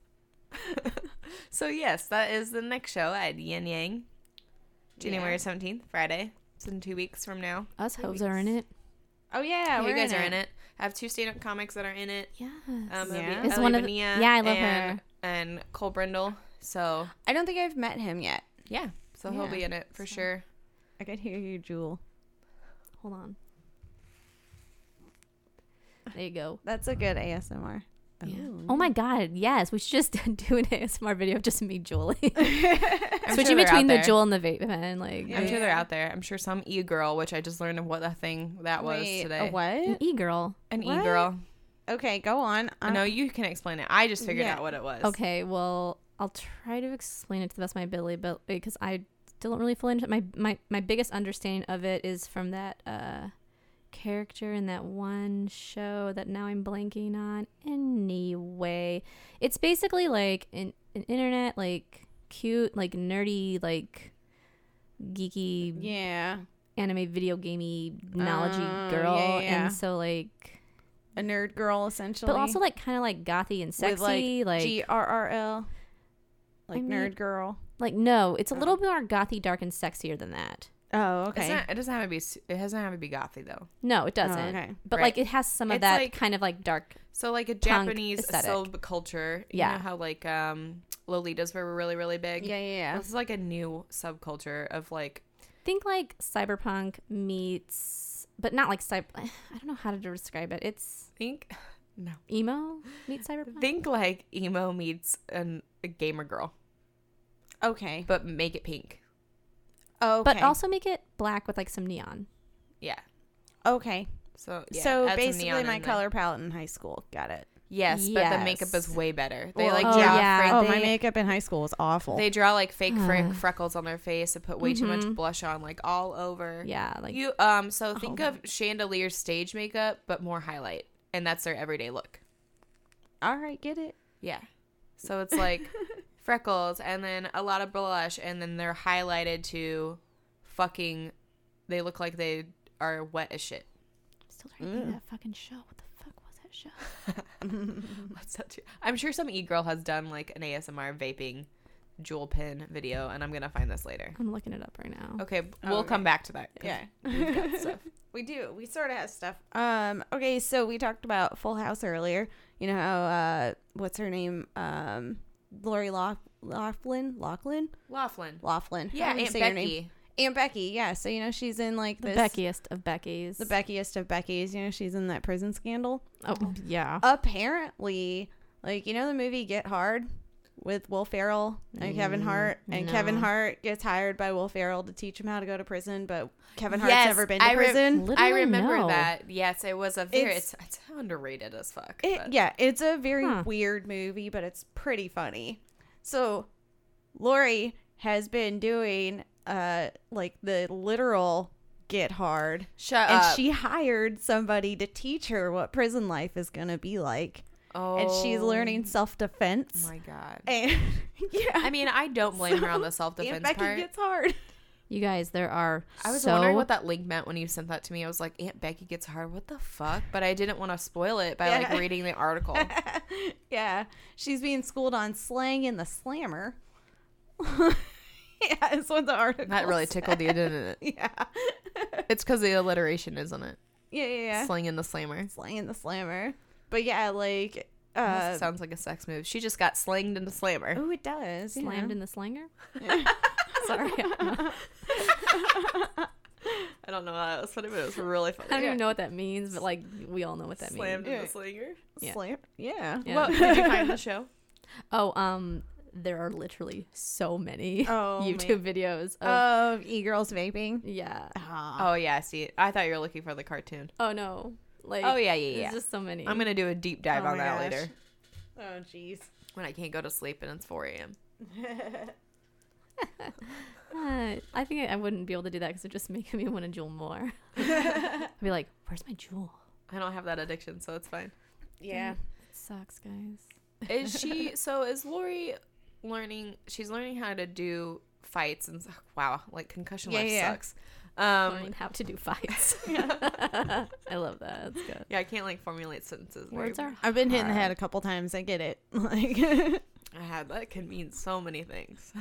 S3: so yes, that is the next show at Yin Yang, January
S1: Yeah.
S3: seventeenth, Friday. It's in two weeks from now.
S2: Us
S1: Three
S2: hoes are in it.
S1: Oh yeah,
S3: you
S1: we're
S3: guys are in it. I have two stand-up comics that are in it.
S2: Yes.
S3: Um,
S1: Yeah.
S3: yeah.
S2: Is one of the- yeah, I love
S3: and,
S2: her.
S3: And Cole Brindle. So
S1: I don't think I've met him yet.
S3: yeah, so he'll
S1: Yeah.
S3: be in it for
S2: So-
S3: sure.
S1: I could hear you, Jewel.
S2: Hold on. There you go.
S1: That's a good ASMR.
S2: Yeah. Oh my god, yes. We should just do an ASMR video of just me juuling.
S3: I'm
S2: Switching
S3: sure they're out
S2: between the
S3: there.
S2: jewel and the vape pen, like
S1: Yeah.
S3: I'm sure they're out there. I'm sure some e girl, which I just learned of what the thing that was
S1: Wait,
S3: today.
S1: A what?
S2: e girl.
S3: An
S1: What?
S3: e girl.
S1: Okay, go on. Uh,
S3: I know you can explain it. I just figured
S1: Yeah.
S3: out what it was.
S2: Okay, well, I'll try to explain it to the best of my ability, but because I still don't really fully understand my, my my biggest understanding of it is from that uh character in that one show that now I'm blanking on. Anyway, it's basically like an, an internet like cute, like nerdy, like geeky
S1: Yeah,
S2: anime video gamey knowledge
S1: Oh,
S2: girl
S1: yeah, yeah.
S2: and so like
S1: a nerd girl essentially.
S2: but also like kind of like gothy and
S1: With, like,
S2: sexy like like,
S1: G R R L, like
S2: I mean-
S1: nerd girl.
S2: no it's a little bit more gothy dark and sexier than that
S1: Oh,
S3: It's
S1: okay.
S3: not, it doesn't have to be. s- It doesn't have to be gothy though.
S2: no it
S1: Oh,
S2: doesn't
S1: okay.
S2: but
S3: Right.
S2: like it has some of
S3: It's
S2: that
S3: like-
S2: kind of like dark
S3: So like a
S2: Punk
S3: Japanese
S2: aesthetic.
S3: subculture. You
S2: Yeah.
S3: know how like um Lolitas were really really big.
S1: Yeah, yeah, yeah.
S3: This is like a new subculture of like
S2: think like cyberpunk meets but not like cyber i don't know how to describe it it's
S3: think no
S2: emo meets cyberpunk
S3: think like emo meets an, a gamer girl,
S1: Okay.
S3: but make it pink.
S1: Okay.
S2: but also make it black with like some neon
S3: Yeah.
S1: okay.
S3: So yeah,
S1: so
S3: add some neon
S1: basically,
S3: in
S1: my
S3: there.
S1: color palette in high school. Got it.
S3: Yes, but the makeup
S2: Yes.
S3: is way better. They
S1: Well,
S3: like
S2: oh,
S3: draw
S2: yeah.
S3: fake-
S1: oh, my
S2: they-
S1: makeup in high school was awful.
S3: They draw like fake fre-
S2: Ah.
S3: freckles on their face and put way too much
S2: Mhm.
S3: blush on, like all over.
S2: Yeah, like
S3: you um. So think
S2: Oh.
S3: of chandelier stage makeup, but more highlight, and that's their everyday look.
S1: All right, get it.
S3: Yeah. So it's like freckles and then a lot of blush and then they're highlighted to fucking they look like they are wet as shit.
S2: still trying to think
S1: Mm.
S2: of that fucking show. What the fuck was that show?
S3: What's that? too- I'm sure some e-girl has done like an ASMR vaping jewel pin video and I'm going to find this later.
S2: I'm looking it up right now.
S3: Okay, we'll
S1: Okay.
S3: come back to that. 'cause
S1: Yeah.
S3: We've got stuff.
S1: We do. We sort of have stuff. Um. Okay. So we talked about Full House earlier. You know how? Uh. What's her name? Um. Lori Laugh- Laughlin. Laughlin.
S3: Laughlin.
S1: Laughlin. How
S3: Yeah,
S1: do you
S3: Aunt
S1: say Your name?
S3: Becky.
S1: Aunt Becky. Yeah. So you know she's in like
S2: The
S1: this.
S2: Beckiest of Beckies.
S1: The Beckiest of Beckys. You know she's in that prison scandal.
S2: oh yeah.
S1: Apparently, like you know the movie Get Hard with Will Ferrell and Kevin
S2: Mm,
S1: Hart, and Kevin
S2: no.
S1: Hart gets hired by Will Ferrell to teach him how to go to prison, but Kevin Hart's
S3: Yes,
S1: never been to
S3: I re-
S1: prison.
S3: I
S2: Literally
S3: remember
S2: no.
S3: that. Yes, it was a very
S1: It's-
S3: it's, it's underrated as fuck.
S1: It,
S3: but-
S1: yeah, it's a very
S2: Huh.
S1: weird movie, but it's pretty funny. So, Lori has been doing uh like the literal get hard,
S3: Shut
S1: and
S3: up.
S1: she hired somebody to teach her what prison life is gonna be like,
S3: oh,
S1: and she's learning self defense.
S3: My god.
S1: And yeah,
S3: I mean, I don't blame her on the self
S1: Aunt
S3: defense
S1: Becky
S3: part.
S1: gets hard.
S2: You guys, there are
S3: I was
S2: so
S3: wondering what that link meant when you sent that to me. I was like, Aunt Becky gets hard. What the fuck? But I didn't want to spoil it by
S1: Yeah.
S3: like reading the article.
S1: yeah, she's being schooled on slang and the slammer. yeah, it's what the article.
S3: That really
S1: said.
S3: tickled you, didn't it?
S1: Yeah.
S3: It's because the alliteration, isn't it?
S1: Yeah, yeah, yeah.
S3: Slinging Sling in the slammer.
S1: Slang and the Slammer. But yeah, like uh
S3: Almost sounds like a sex move. She just got slinged into slammer.
S1: Oh, it does.
S2: slammed in the slinger. Sorry, I don't, know.
S3: I don't know how that was funny, but it was really funny.
S2: I don't even know what that means, but like we all know what that
S3: Slammed
S1: Yeah.
S3: into
S2: means.
S3: slinger.
S1: yeah.
S2: Yeah.
S1: Slam- yeah.
S2: Yeah.
S3: Well, did you find the show?
S2: Oh, um, there are literally so many
S1: Oh,
S2: YouTube videos. Of,
S3: Uh,
S1: Of e girls vaping.
S2: yeah.
S1: Ah.
S3: Oh yeah, I see it. I thought you were looking for the cartoon.
S2: Oh no. Like.
S3: Oh yeah, yeah,
S2: There's
S3: yeah.
S2: just so many.
S3: I'm gonna do a deep dive
S1: Oh
S3: on
S1: my
S3: that
S1: gosh.
S3: later
S1: Oh, jeez.
S3: when I can't go to sleep and it's 4 a.m.
S2: Uh, I think I, I wouldn't be able to do that because it just makes me want to jewel more. I'd be like, "Where's my jewel?"
S3: I don't have that addiction, so it's fine.
S1: yeah.
S2: It sucks, guys.
S3: Is she so is Lori learning she's learning how to do fights and wow, like concussion
S1: Yeah,
S3: life
S1: yeah.
S3: sucks. Um
S2: Learning how to do fights. I love that. That's good.
S3: yeah, I can't like formulate sentences. very-
S2: Words are.
S1: I've been hit in the
S2: hard.
S1: head a couple times. I get it. Like,
S3: I had that can mean so many things.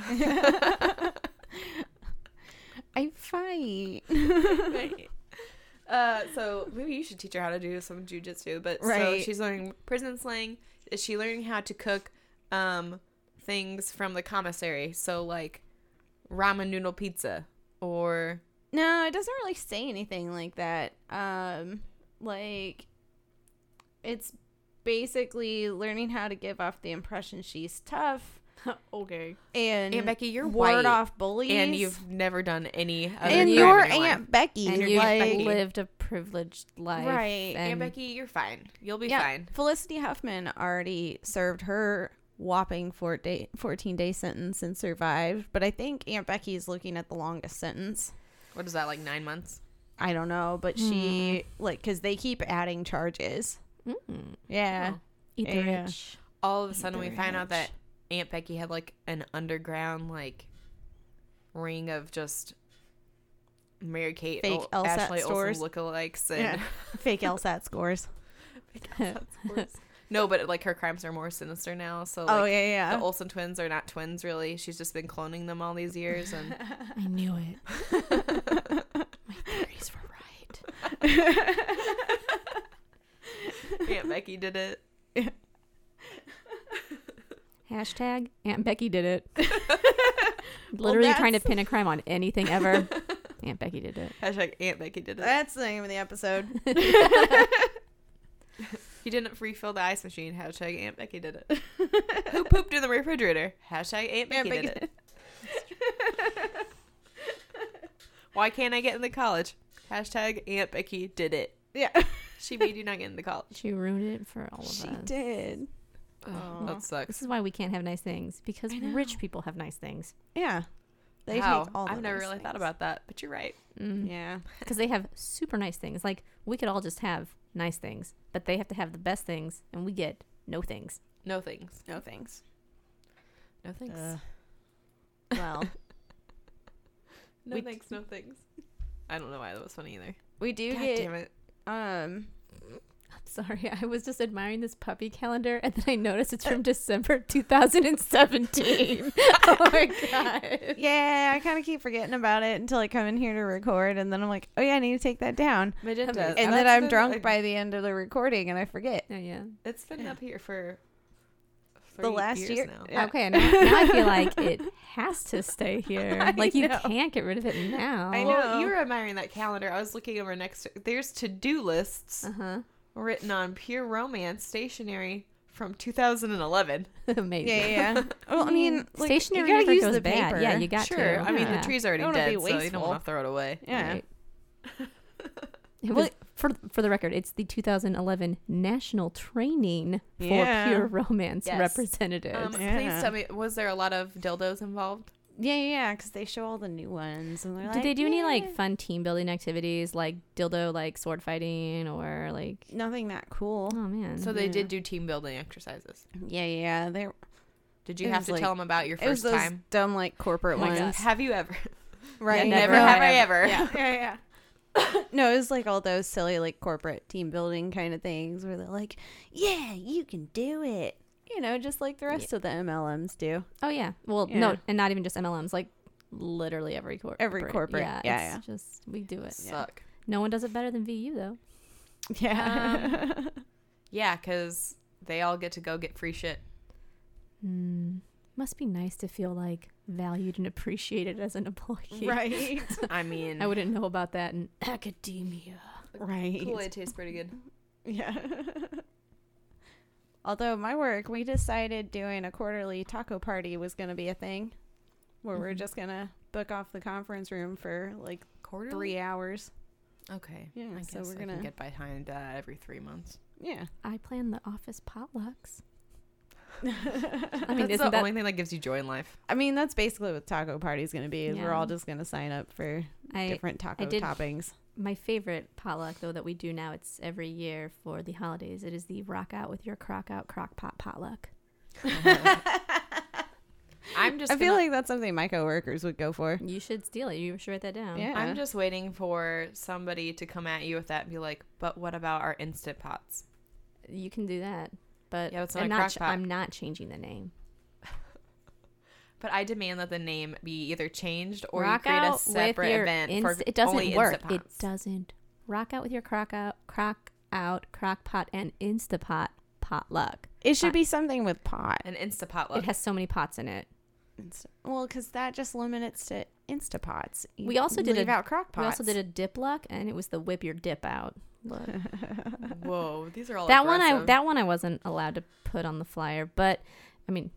S1: I fight.
S3: uh so maybe you should teach her how to do some jujitsu, but so
S1: Right.
S3: she's learning prison slang. Is she learning how to cook um things from the commissary? So like ramen noodle pizza or
S1: No, it doesn't really say anything like that. Um, like it's basically learning how to give off the impression she's tough
S2: okay.
S1: and
S3: Aunt Becky, you're
S1: ward
S3: white.
S1: off bullies.
S3: and you've never done any other
S1: and
S3: crime
S1: your
S3: in your life.
S1: Aunt Becky,
S2: And
S3: you're
S2: you
S1: like,
S3: Becky.
S2: lived a privileged life,
S1: right?
S2: And
S3: Aunt Becky, you're fine. You'll be
S1: Yeah.
S3: fine.
S1: Felicity Huffman already served her whopping four day, 14 day sentence and survived, but I think Aunt Becky is looking at the longest sentence.
S3: What is that like nine months?
S1: I don't know, but she
S3: Hmm.
S1: like because they keep adding charges.
S2: Mm.
S1: Yeah.
S3: Oh.
S2: Eat the
S1: Yeah.
S2: rich.
S3: All of a sudden, we
S1: Very
S3: find out
S1: much.
S3: that Aunt Becky had like an underground like ring of just Mary Kate
S1: Fake
S3: Ol-
S1: LSAT
S3: Ashley
S1: stores.
S3: Olsen lookalikes
S1: Yeah.
S3: and
S1: Fake LSAT scores.
S3: no, but like her crimes are more sinister now. So
S1: oh
S3: like,
S1: yeah, yeah.
S3: the Olsen twins are not twins really. She's just been cloning them all these years, and
S2: I knew it. My theories were right.
S3: Aunt Becky did it.
S2: Hashtag Aunt Becky did it. Literally trying to
S1: that's-
S2: pin a crime on anything ever. Aunt Becky did it.
S3: Hashtag Aunt Becky did it.
S1: That's the name of the episode.
S3: You didn't refill the ice machine. Hashtag Aunt Becky did it. Who pooped in the refrigerator? Hashtag Aunt Becky,
S1: Becky
S3: did it. Why can't I get into college? Hashtag Aunt Becky did it.
S1: Yeah.
S3: She made you not get into college.
S2: She ruined it for all of
S1: she
S2: us.
S1: did.
S3: Oh,
S1: Aw.
S3: that sucks.
S2: This is why we can't have nice things because
S1: I
S2: rich
S1: know.
S2: people have nice things
S1: Yeah. They
S3: Wow.
S1: take all. the
S3: I've never
S1: nice
S3: really
S1: things.
S3: thought
S1: Mm.
S3: about that, but you're right.
S2: because
S1: Yeah.
S2: they have super nice things. Like we could all just have nice things, but they have to have the best things, and we get no things.
S3: No thanks.
S1: No thanks.
S3: No thanks.
S1: Ugh.
S2: Well,
S3: no
S1: we-
S3: thanks. No thanks. I don't know why that was funny either.
S1: We do
S3: God
S1: get
S3: damn it.
S1: um.
S2: I'm sorry. I was just admiring this puppy calendar, and then I noticed it's from December 2017. oh my god.
S1: Yeah, I kind of keep forgetting about it until I come in here to record, and then I'm like, oh yeah, I need to take that down,
S3: Magenta.
S2: And
S1: and then
S3: that's
S1: I'm
S3: been
S1: drunk
S3: a-
S1: by the end of the recording, and I forget.
S2: Oh yeah.
S3: It's been
S1: Yeah.
S3: up here for
S1: The
S3: 30
S1: last
S3: years
S1: year.
S3: now.
S1: Yeah.
S2: Okay, now, now I feel like it has to stay here.
S1: I
S2: Like you
S1: know.
S2: can't get rid of it now.
S3: I
S1: Well-
S3: know you were admiring that calendar. I was looking over next. To, there's to-do lists
S2: Uh
S1: Uh-huh.
S2: huh.
S3: written on pure romance stationery from 2011.
S2: Amazing.
S1: Yeah, yeah. yeah. well, I mean, like,
S2: stationery
S1: you
S2: never
S1: gotta use
S2: Mm, goes
S1: the
S2: bad.
S1: paper.
S2: Yeah, you got
S3: sure.
S2: to.
S3: I mean,
S2: Yeah.
S3: the tree's
S1: You
S3: already
S1: don't wanna
S3: dead,
S1: be
S3: so you
S1: wasteful.
S3: don't want to throw it away.
S1: Yeah.
S2: Right. It
S1: Well-
S2: was, for for the record, it's the 2011 National Training for
S1: Yeah.
S2: Pure Romance
S3: Yes.
S2: Representatives.
S3: Um,
S1: Yeah.
S3: Please tell me, was there a lot of dildos involved?
S1: Yeah, yeah, yeah, because they show all the new ones, and they're like,
S2: Did they do any
S1: "Yeah."
S2: like fun team building activities like dildo like sword fighting or like
S1: nothing that cool?
S2: oh man.
S3: So they
S1: Yeah.
S3: did do team building exercises.
S1: Yeah, yeah, they.
S3: Did you
S1: It
S3: have
S1: was
S3: to
S1: like-
S3: tell them about your
S1: It was
S3: first
S1: those
S3: time?
S1: dumb like corporate
S2: Oh my
S1: ones,
S2: gosh.
S3: Have you ever?
S1: right?
S2: Yeah,
S3: never,
S2: never
S3: have I
S2: have.
S3: ever.
S1: Yeah, yeah, yeah. no, it was like all those silly like corporate team building kind of things where they're like, "Yeah, you can do it," you know, just like the rest of the MLMs do.
S2: Oh yeah. Well, no,
S1: Yeah.
S2: and not even just MLMs. Like literally every corporate.
S1: Every corporate,
S2: Yeah.
S1: yeah,
S2: it's Just we do it.
S3: Suck.
S2: No one does it better than VU though.
S1: Yeah,
S3: Yeah, because they all get to go get free shit.
S1: Hmm.
S2: Mm, must be nice to feel like valued and appreciated as an employee.
S1: right,
S3: I mean,
S2: I wouldn't know about that in academia.
S1: right.
S3: Kool-Aid tastes pretty good.
S1: Yeah. Although my work, we decided doing a quarterly taco party was going to be a thing, where we're
S2: Mhm.
S1: just going to book off the conference room for like
S3: Quarter
S1: three hours.
S3: Okay.
S1: Yeah,
S3: I guess
S1: so we're
S3: I
S1: gonna
S3: can get behind that every three months.
S1: yeah.
S2: I plan the office potlucks.
S1: I
S2: I mean,
S3: That's
S2: isn't
S3: the
S2: that
S3: only thing that gives you joy in life.
S1: mean, that's basically what taco party's going to be. Is we're
S2: Yeah.
S1: all just going to sign up for
S2: I,
S1: different taco
S2: did-
S1: toppings.
S2: my favorite potluck though that we do now? It's every year for the holidays. It is the rock out with your crock out crock pot potluck.
S3: I'm just.
S1: I feel
S3: gonna-
S1: like that's something my coworkers would go for.
S2: You should steal it. You should write that down.
S1: Yeah.
S3: I'm just waiting for somebody to come at you with that and be like, "But what about our instant pots?"
S2: You can do that. But
S3: Yeah, it's
S2: I'm,
S3: not a
S2: not
S3: crock
S2: ch-
S3: pot.
S2: I'm not changing the name.
S3: But I demand that the name be either changed or
S2: rock
S3: you create
S2: out
S3: a separate
S2: with your
S3: event
S2: inst-
S3: for
S2: it doesn't
S3: only
S2: work.
S3: instant pots.
S2: It doesn't. Rock out with your crock out crock out crock pot and instapot potluck.
S1: It should
S2: Pot.
S1: be something with pot.
S3: An Insta pot
S2: It has so many pots in it.
S1: Insta- well, because that just limits it to Instapots. You
S2: We also did
S1: leave
S2: a-
S1: out crock pots.
S2: We also did a dip luck and it was the whip your dip out. Look.
S3: Whoa, these are all
S2: that one I
S3: aggressive.
S2: that one I wasn't allowed to put on the flyer, but I mean,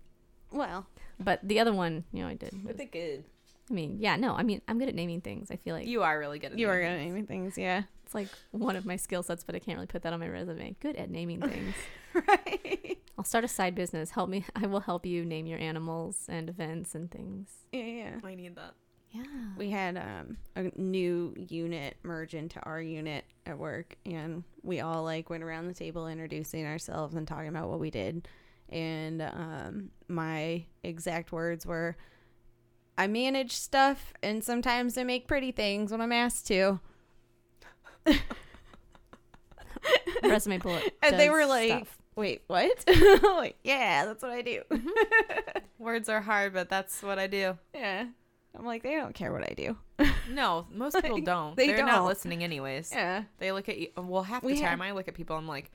S1: well.
S2: but the other one, you know, I did.
S3: But they're good.
S2: I mean, yeah, no, I mean, I'm good at naming things. I feel like
S3: You are really good. At
S1: You are
S3: naming
S1: gonna
S3: things.
S1: name things, yeah.
S2: it's like one of my skill sets, but I can't really put that on my resume. Good at naming things.
S1: right.
S2: I'll start a side business. Help me. I will help you name your animals and events and things.
S1: Yeah, yeah.
S3: I need that.
S2: Yeah.
S1: We had um, a new unit merge into our unit at work, and we all like went around the table introducing ourselves and talking about what we did. And um, my exact words were, "I manage stuff, and sometimes I make pretty things when I'm asked to."
S2: resume bullet.
S1: And they
S2: does
S1: were like,
S2: stuff.
S1: "Wait, what?" like, yeah, that's what I do.
S3: Words are hard, but that's what I do.
S1: yeah, I'm like, they don't care what I do.
S3: No, most people don't.
S1: they
S3: They are not
S1: don't.
S3: listening anyways.
S1: Yeah.
S3: They look at you. Well, half the
S1: We had-
S3: time I look at people, I'm like,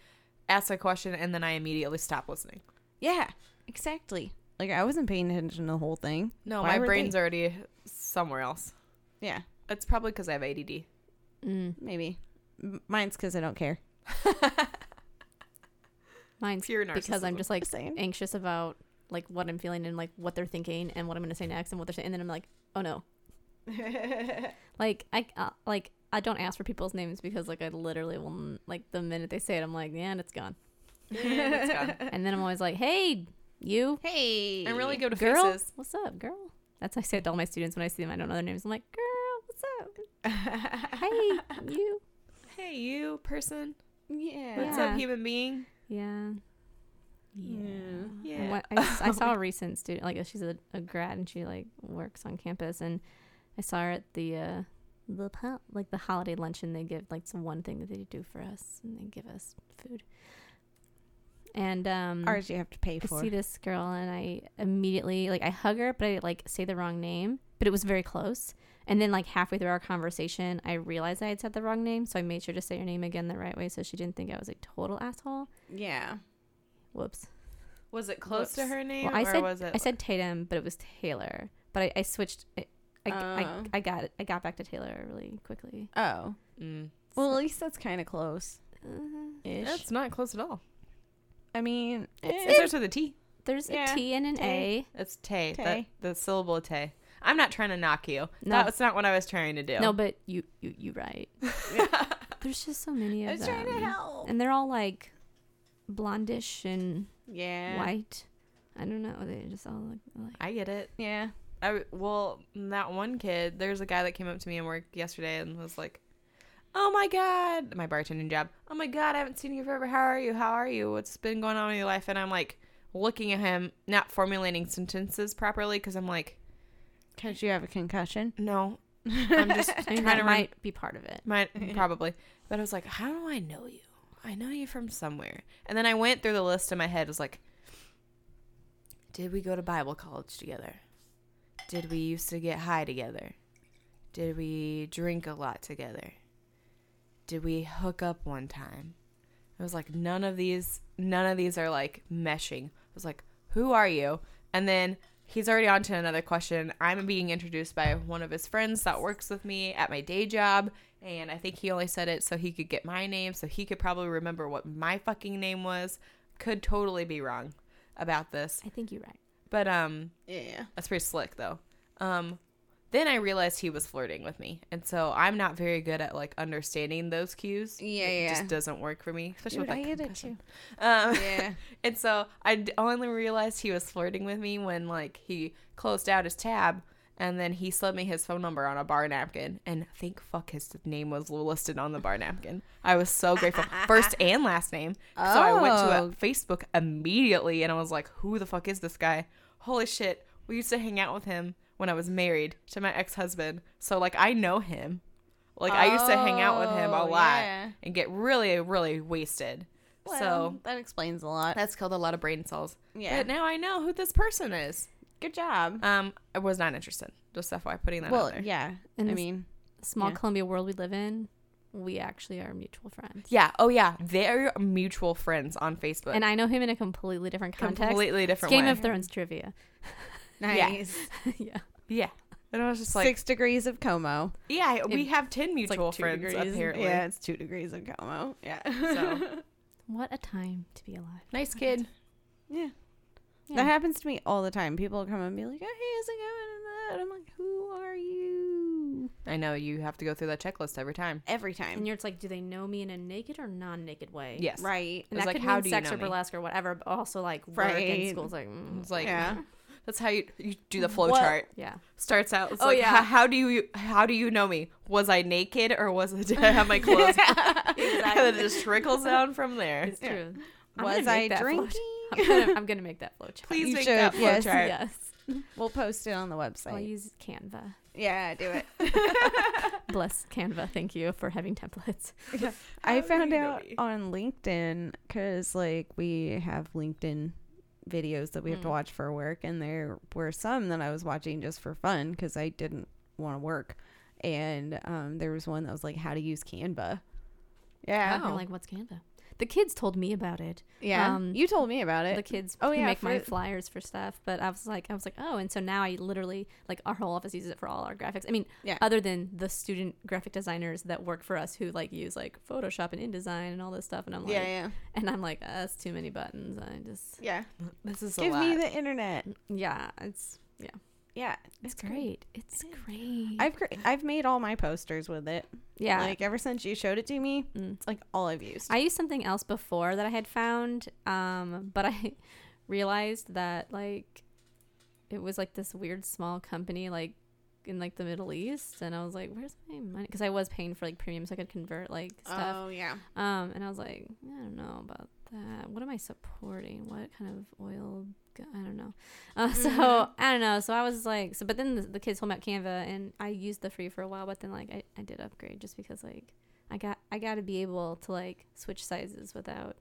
S3: ask a question, and then I immediately stop listening.
S1: Yeah, exactly. Like I wasn't paying attention to the whole thing.
S3: No,
S1: Why
S3: my
S1: would
S3: brain's
S1: they?
S3: already somewhere else.
S1: Yeah,
S3: It's probably because I have ADD.
S2: Mm,
S1: maybe. M- Mine's because I don't care.
S2: mine's
S3: Pure narcissism.
S2: because I'm just like
S1: Same.
S2: anxious about like what I'm feeling and like what they're thinking and what I'm going to say next and what they're saying. And then I'm like, oh no, like I uh, like I don't ask for people's names because like I literally will n- like the minute they say it, I'm like, yeah, and it's gone.
S3: Yeah, it's
S1: Uh,
S3: gone.
S2: And then I'm always like, hey, you
S1: Hey.
S3: I'm really good with
S2: girl,
S3: faces.
S2: what's up, girl? That's how I say it to all my students when I see them. I don't know their names. I'm like, girl, what's up? Hey, you.
S3: hey, you person.
S1: Yeah.
S3: What's
S2: Yeah.
S3: up, human being?
S2: Yeah.
S1: Yeah.
S2: And
S3: Yeah.
S2: What, I, s- I saw a recent student, like she's a, a grad and she like works on campus, and I saw her at the uh, the pub, like the holiday luncheon they give, like some one thing that they do for us, and they give us food. And um,
S1: Ours you have to pay
S2: I
S1: for.
S2: see this girl and I immediately like I hug her, but I like say the wrong name, but it was very close. And then like halfway through our conversation, I realized I had said the wrong name, so I made sure to say her name again the right way, so she didn't think I was a total asshole.
S1: Yeah.
S2: Whoops.
S3: Was it close to
S1: Whoops.
S3: her name,
S2: Well, I
S3: or
S2: said-
S3: was it?
S2: I said Tatum, but it was Taylor. But I, I switched. I, I,
S1: Oh.
S2: I, I got it. I got back to Taylor really quickly.
S1: Oh.
S3: Mm.
S1: Well, at least that's kind of close.
S2: Uh,
S1: Ish.
S3: It's not close at all.
S1: I mean,
S3: It starts with a T.
S2: there's
S1: Yeah.
S2: a T and an
S1: Tay.
S3: It's Tay.
S1: Tay.
S3: That, the syllable Tay. I'm not trying to knock you.
S2: No.
S3: That was not what I was trying to do.
S2: A. No, but you you you right. There's just so many of
S1: I was
S2: them,
S1: trying to help.
S2: and they're all like blondish and
S1: Yeah.
S2: white. I don't know. They just all look like.
S3: I get it.
S1: Yeah.
S3: I w- well, that one kid. There's a guy that came up to me in work yesterday and was like, "Oh my god, my bartending job. Oh my god, I haven't seen you forever. How are you? How are you? What's been going on in your life?" And I'm like looking at him, not formulating sentences properly because I'm like,
S1: Because you have a concussion.
S3: "No, I'm just
S2: I mean,
S3: trying
S2: that
S3: to rem-
S2: might be part of it.
S3: Mine probably. But I was like, how do I know you? I know you from somewhere. And then I went through the list in my head. Was like, did we go to Bible college together? Did we used to get high together? Did we drink a lot together? Did we hook up one time? I was like, none of these, none of these are like meshing. I was like, who are you? And then he's already on to another question. I'm being introduced by one of his friends that works with me at my day job. And I think he only said it so he could get my name, so he could probably remember what my fucking name was. Could totally be wrong about this.
S2: I think you're right.
S3: But, um,
S1: Yeah.
S3: that's pretty slick though. Um then I realized he was flirting with me. And so I'm not very good at like understanding those cues.
S1: Yeah,
S3: It
S1: yeah.
S3: just doesn't work for me, especially
S1: Dude,
S3: with
S1: I
S3: like
S1: get it
S3: concussion.
S1: too.
S3: Um
S1: Yeah.
S3: and so I d- only realized he was flirting with me when like he closed out his tab and then he slid me his phone number on a bar napkin and thank fuck his name was listed on the bar napkin. I was so grateful. First and last name. So I went to
S1: Oh.
S3: uh Facebook immediately and I was like, who the fuck is this guy? Holy shit. We used to hang out with him when I was married to my ex-husband. So like I know him. Like I used to hang out with him a
S1: Oh,
S3: lot
S1: yeah.
S3: and get really really wasted. so
S1: Well, that explains a lot.
S3: that's killed a lot of brain cells.
S1: Yeah.
S3: But now I know who this person is.
S1: Good job.
S3: Um, I was not interested. Just FYI, putting that
S1: Well,
S3: out there.
S1: yeah.
S2: And
S1: I
S2: this-
S1: mean,
S2: Small
S1: Yeah.
S2: Columbia world we live in. We actually are mutual friends.
S3: Yeah. Oh, yeah. They're mutual friends on Facebook.
S2: And I know him in a completely different context.
S3: completely
S2: It's
S3: different
S2: Game
S3: way.
S2: of Thrones trivia.
S3: Yeah.
S1: nice.
S2: yeah.
S3: yeah. And I was just like,
S1: Six degrees of Como.
S3: yeah, we have ten
S1: It's like
S3: mutual
S1: two
S3: friends
S1: degrees.
S3: apparently.
S1: Yeah, it's two degrees of Como. Yeah.
S3: So
S2: What a time to be alive.
S3: nice kid.
S1: yeah.
S2: Yeah.
S1: That happens to me all the time. People come and be like, "Oh, hey, how's it going?" And I'm like, "Who are you?"
S3: I know you have to go through that checklist every time.
S1: Every
S2: And
S1: time.
S2: you're it's like, do they know me in a naked or non-naked way?
S3: Yes.
S1: Right.
S3: It's
S2: And that
S3: like,
S2: could
S3: how
S2: mean
S3: do you
S2: sex
S3: know
S2: or
S3: me?
S2: burlesque or whatever, but also like work
S1: Right.
S2: in school. It's like, mm,
S3: It's like
S1: Yeah.
S3: that's how you you do the flow
S1: What?
S3: chart.
S2: yeah.
S3: Starts out. It's
S2: Oh,
S3: like,
S2: yeah.
S3: "H- How do you how do you know me? Was I naked or was did I have my clothes? and it just trickles down from there.
S2: It's true. I'm gonna
S1: Was
S2: make
S1: I
S2: that flow
S1: drinking?
S2: chart. I'm gonna, I'm gonna make that flow chart.
S3: Please
S1: You
S3: make
S1: should,
S3: that flow
S1: yes.
S3: chart.
S2: Yes.
S1: We'll post it on the
S2: I'll
S1: website.
S2: use Canva.
S1: Yeah, do it.
S2: Bless Canva. Thank you for having templates.
S1: I
S3: How
S1: found
S3: do you know
S1: out
S3: me?
S1: on LinkedIn because like we have LinkedIn videos that we have to
S3: Mm.
S1: watch for work, and there were some that I was watching just for fun because I didn't want to work, and um, there was one that was like how to use Canva. Yeah,
S2: I'm like, what's Canva? The kids told me about it.
S1: yeah.
S2: um,
S1: you told me about
S2: the
S1: it.
S2: kids
S1: Oh,
S2: who
S1: yeah,
S2: make my
S1: for-
S2: flyers for stuff but i was like i was like oh and so now i literally like our whole office uses it for all our graphics i mean
S1: Yeah.
S2: other than the student graphic designers that work for us who like use like photoshop and indesign and all this stuff and i'm like
S1: yeah, yeah,
S2: and i'm like uh, that's too many buttons i just
S1: yeah.
S3: This is
S1: Give me the internet.
S2: yeah it's yeah
S1: yeah,
S2: It's, great. It's great.
S1: I've cre- I've made all my posters with it.
S2: yeah.
S1: Like ever since you showed it to me,
S2: Mm.
S1: it's like all I've used.
S2: I used something else before that I had found, um, but I realized that like it was like this weird small company like in like the Middle East, and I was like, "Where's my money?" Because I was paying for like premium, so I could convert like stuff.
S1: Oh yeah.
S2: Um, and I was like, I don't know about that. What am I supporting? What kind of oil? go- I don't know. Uh,
S1: Mm-hmm.
S2: So I don't know. So I was like, so but then the, the kids home out Canva, and I used the free for a while, but then like I, I did upgrade just because like I got I got to be able to like switch sizes without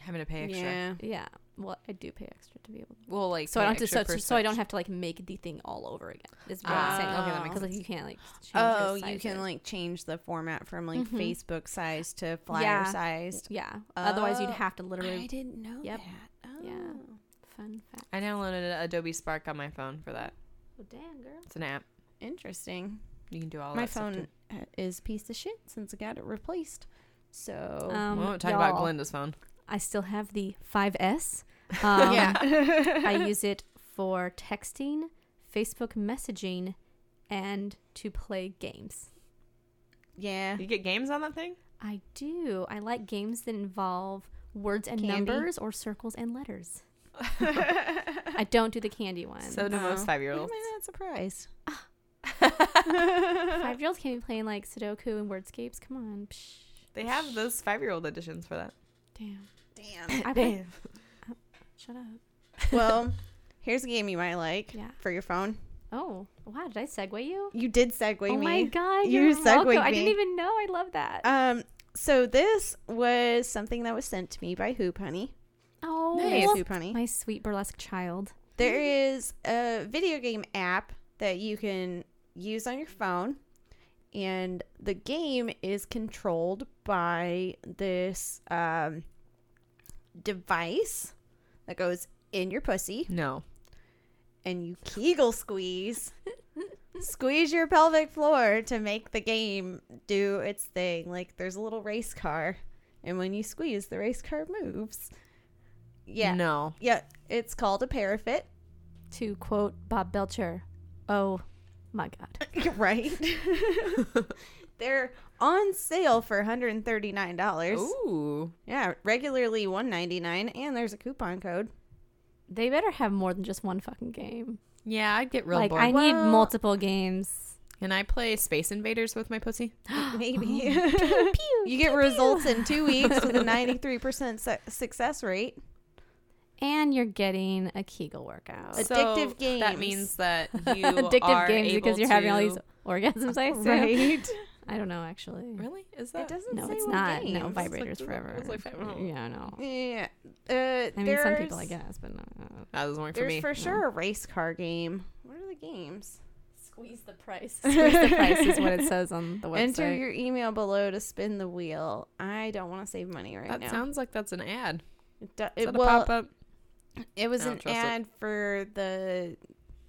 S3: Having to pay extra.
S1: Yeah.
S2: yeah. Well, I do pay extra to be able. to
S3: Well, like
S2: So
S3: pay
S2: I don't have to,
S3: extra
S2: so,
S3: per
S2: so I don't
S3: search.
S2: have to like make the thing all over again. Is what I'm saying.
S1: Okay, that makes
S2: because like you can't like. Change
S1: Oh,
S2: the
S1: you
S2: sizes.
S1: can like change the format from like
S2: Mhm.
S1: Facebook size to flyer
S2: Yeah.
S1: sized.
S2: Yeah. Otherwise, you'd
S1: Oh,
S2: have to
S1: I
S2: literally.
S1: didn't know
S2: Yep.
S1: that. Oh.
S2: Yeah. Fun fact.
S3: I downloaded Adobe Spark on my phone for that.
S2: Oh damn, girl.
S3: It's an app.
S1: Interesting.
S3: You can do all
S1: my
S3: that stuff,
S1: phone
S3: too.
S1: uh, is a piece of shit since I got it replaced. So
S2: Um,
S3: we won't talk about
S2: y'all,
S3: Glinda's phone.
S2: I still have the 5S. Um,
S1: yeah.
S2: I use it for texting, Facebook messaging, and to play games.
S1: yeah.
S3: You get games on that thing?
S2: I do. I like games that involve words and
S1: Candy?
S2: numbers or circles and letters. I don't do the candy one.
S3: So do most
S1: Oh.
S3: five year
S1: Why am
S3: olds.
S1: I not surprised?
S2: Five year olds can be playing like Sudoku and Wordscapes. Come on. Psh,
S3: They have those five year old editions for that.
S2: damn.
S1: Damn.
S2: I play, shut up.
S1: well, here's a game you might like
S2: Yeah.
S1: for your phone.
S2: Oh, wow. Did I segue you?
S1: You did segue
S2: oh
S1: me.
S2: my God.
S1: You
S2: You're welcome.
S1: segued
S2: I didn't
S1: me.
S2: even know. I love that.
S1: Um, so this was something that was sent to me by Hoop Honey.
S2: oh,
S3: nice.
S2: well,
S1: Hoop Honey.
S2: my sweet burlesque child.
S1: There is a video game app that you can use on your phone, and the game is controlled by this um, device that goes in your pussy,
S3: No.
S1: and you Kegel squeeze, squeeze your pelvic floor to make the game do its thing. Like there's a little race car, and when you squeeze, the race car moves. Yeah,
S3: No.
S1: yeah, it's called a parafit.
S2: To quote Bob Belcher, oh my God.
S1: right? They're on sale for $139.
S3: Ooh.
S1: Yeah, regularly $199 and there's a coupon code.
S2: They better have more than just one fucking game.
S3: Yeah, I'd get real
S2: like,
S3: bored.
S2: I need
S1: Well-
S2: multiple games.
S3: Can I play Space Invaders with my pussy?
S1: Maybe.
S2: Pew,
S1: you get
S2: pew,
S1: results
S2: pew.
S1: in 2 weeks with a 93% su- success rate.
S2: And you're getting a Kegel workout.
S1: Ad- Addictive games.
S3: That means that you
S2: Addictive
S3: are
S2: games
S3: able
S2: because you're having all
S3: to-
S2: these orgasms, I assume.
S1: Right.
S2: I don't know, actually.
S3: Really? Is
S1: It
S3: that?
S1: doesn't
S2: No,
S1: say
S2: it's
S1: what
S2: not. No,
S1: games.
S3: like-
S2: vibrators
S3: it's
S2: forever.
S3: like-
S2: yeah, no.
S1: Yeah. Uh,
S2: I mean, some people, I guess, but no.
S3: That doesn't work for
S1: There's
S3: me.
S1: for sure a race car game. What are the games?
S2: Squeeze the price. Squeeze the price is what it says on the website.
S1: Enter your email below to spin the wheel. I don't want to save money right
S3: that
S1: now.
S3: sounds like that's an ad.
S1: it, do-
S3: Is
S1: it,
S3: that a
S1: well,
S3: pop up?
S1: It was
S3: I don't
S1: an
S3: trust it.
S1: ad for the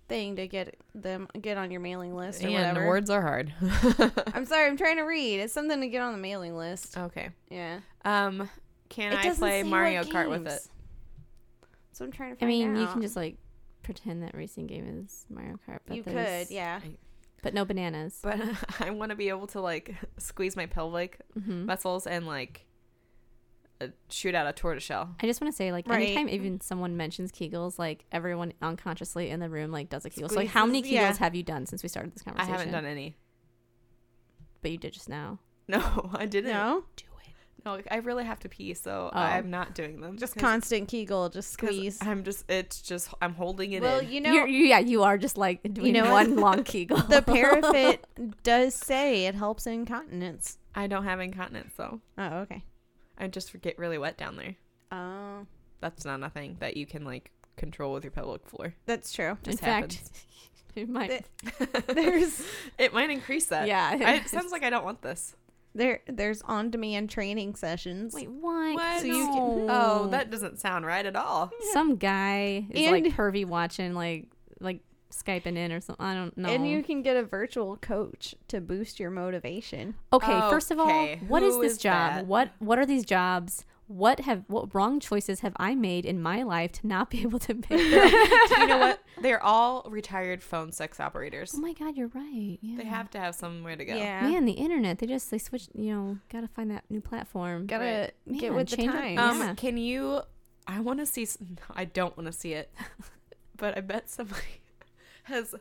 S1: thing to get them get on your mailing list or
S3: And
S1: whatever.
S3: words are hard.
S1: I'm sorry, I'm trying to read. It's something to get on the mailing list.
S3: okay.
S1: Yeah.
S3: Um, can Oh. I play Mario Kart with it?
S1: So I'm trying to
S2: I
S1: find
S2: mean, you
S1: out.
S2: can just like pretend that racing game is Mario Kart, but
S1: you
S2: there's-
S1: could, yeah.
S2: but no bananas.
S3: But I want to be able to like squeeze my pelvic
S1: Mm-hmm.
S2: hmm
S3: muscles and like uh, shoot out a tortoiseshell.
S2: I just want to say, like,
S1: Right.
S2: anytime even someone mentions Kegels, like everyone unconsciously in the room like does a Kegel. So, like, how many Kegels
S1: Squeezes, yeah.
S2: have you done since we started this
S3: I
S2: conversation?
S3: haven't done any.
S2: but you did just now.
S3: No, I didn't.
S1: No,
S3: Do it. No, I really have to pee, so
S2: Oh.
S3: I'm not doing them.
S1: just
S3: 'Cause-
S1: constant Kegel, just
S3: 'cause
S1: squeeze.
S3: I'm just. It's just. I'm holding it
S1: Well,
S3: in.
S1: you
S2: You
S1: know,
S2: You're, you- yeah, you are just like doing
S1: know-
S2: one long Kegel.
S1: the Parafit does say it helps incontinence.
S3: I don't have incontinence, so
S1: Oh, okay.
S3: I just get really wet down there.
S1: Oh,
S3: That's not a thing that you can like control with your pelvic floor.
S1: that's true.
S2: in
S3: Just
S2: fact, it might.
S1: Th- There's
S3: It might increase that.
S2: yeah.
S3: I, it sounds like I don't want this.
S1: there there's on-demand training sessions.
S2: Wait, what?
S3: What?
S1: So you can-
S2: No.
S3: Oh, that doesn't sound right at all.
S2: some guy is like
S1: And-
S2: pervy watching like like skyping in or something i don't know
S1: And you can get a virtual coach to boost your motivation.
S2: okay first of all
S3: Okay,
S2: what is
S3: who
S2: this
S3: is
S2: job
S3: that?
S2: what what are these jobs what have what wrong choices have I made in my life to not be able to pay? for it?
S3: you know what? They're all retired phone sex operators.
S2: oh my god, you're right. Yeah.
S3: They have to have somewhere to go.
S1: Yeah.
S2: Man, the internet. They just they switched. You know, gotta find that new platform.
S1: Gotta get
S2: Man,
S1: with the
S2: change up-
S1: times.
S3: Um,
S2: Yeah.
S3: Can you? I want to see. s- no, I don't want to see it, but I bet somebody has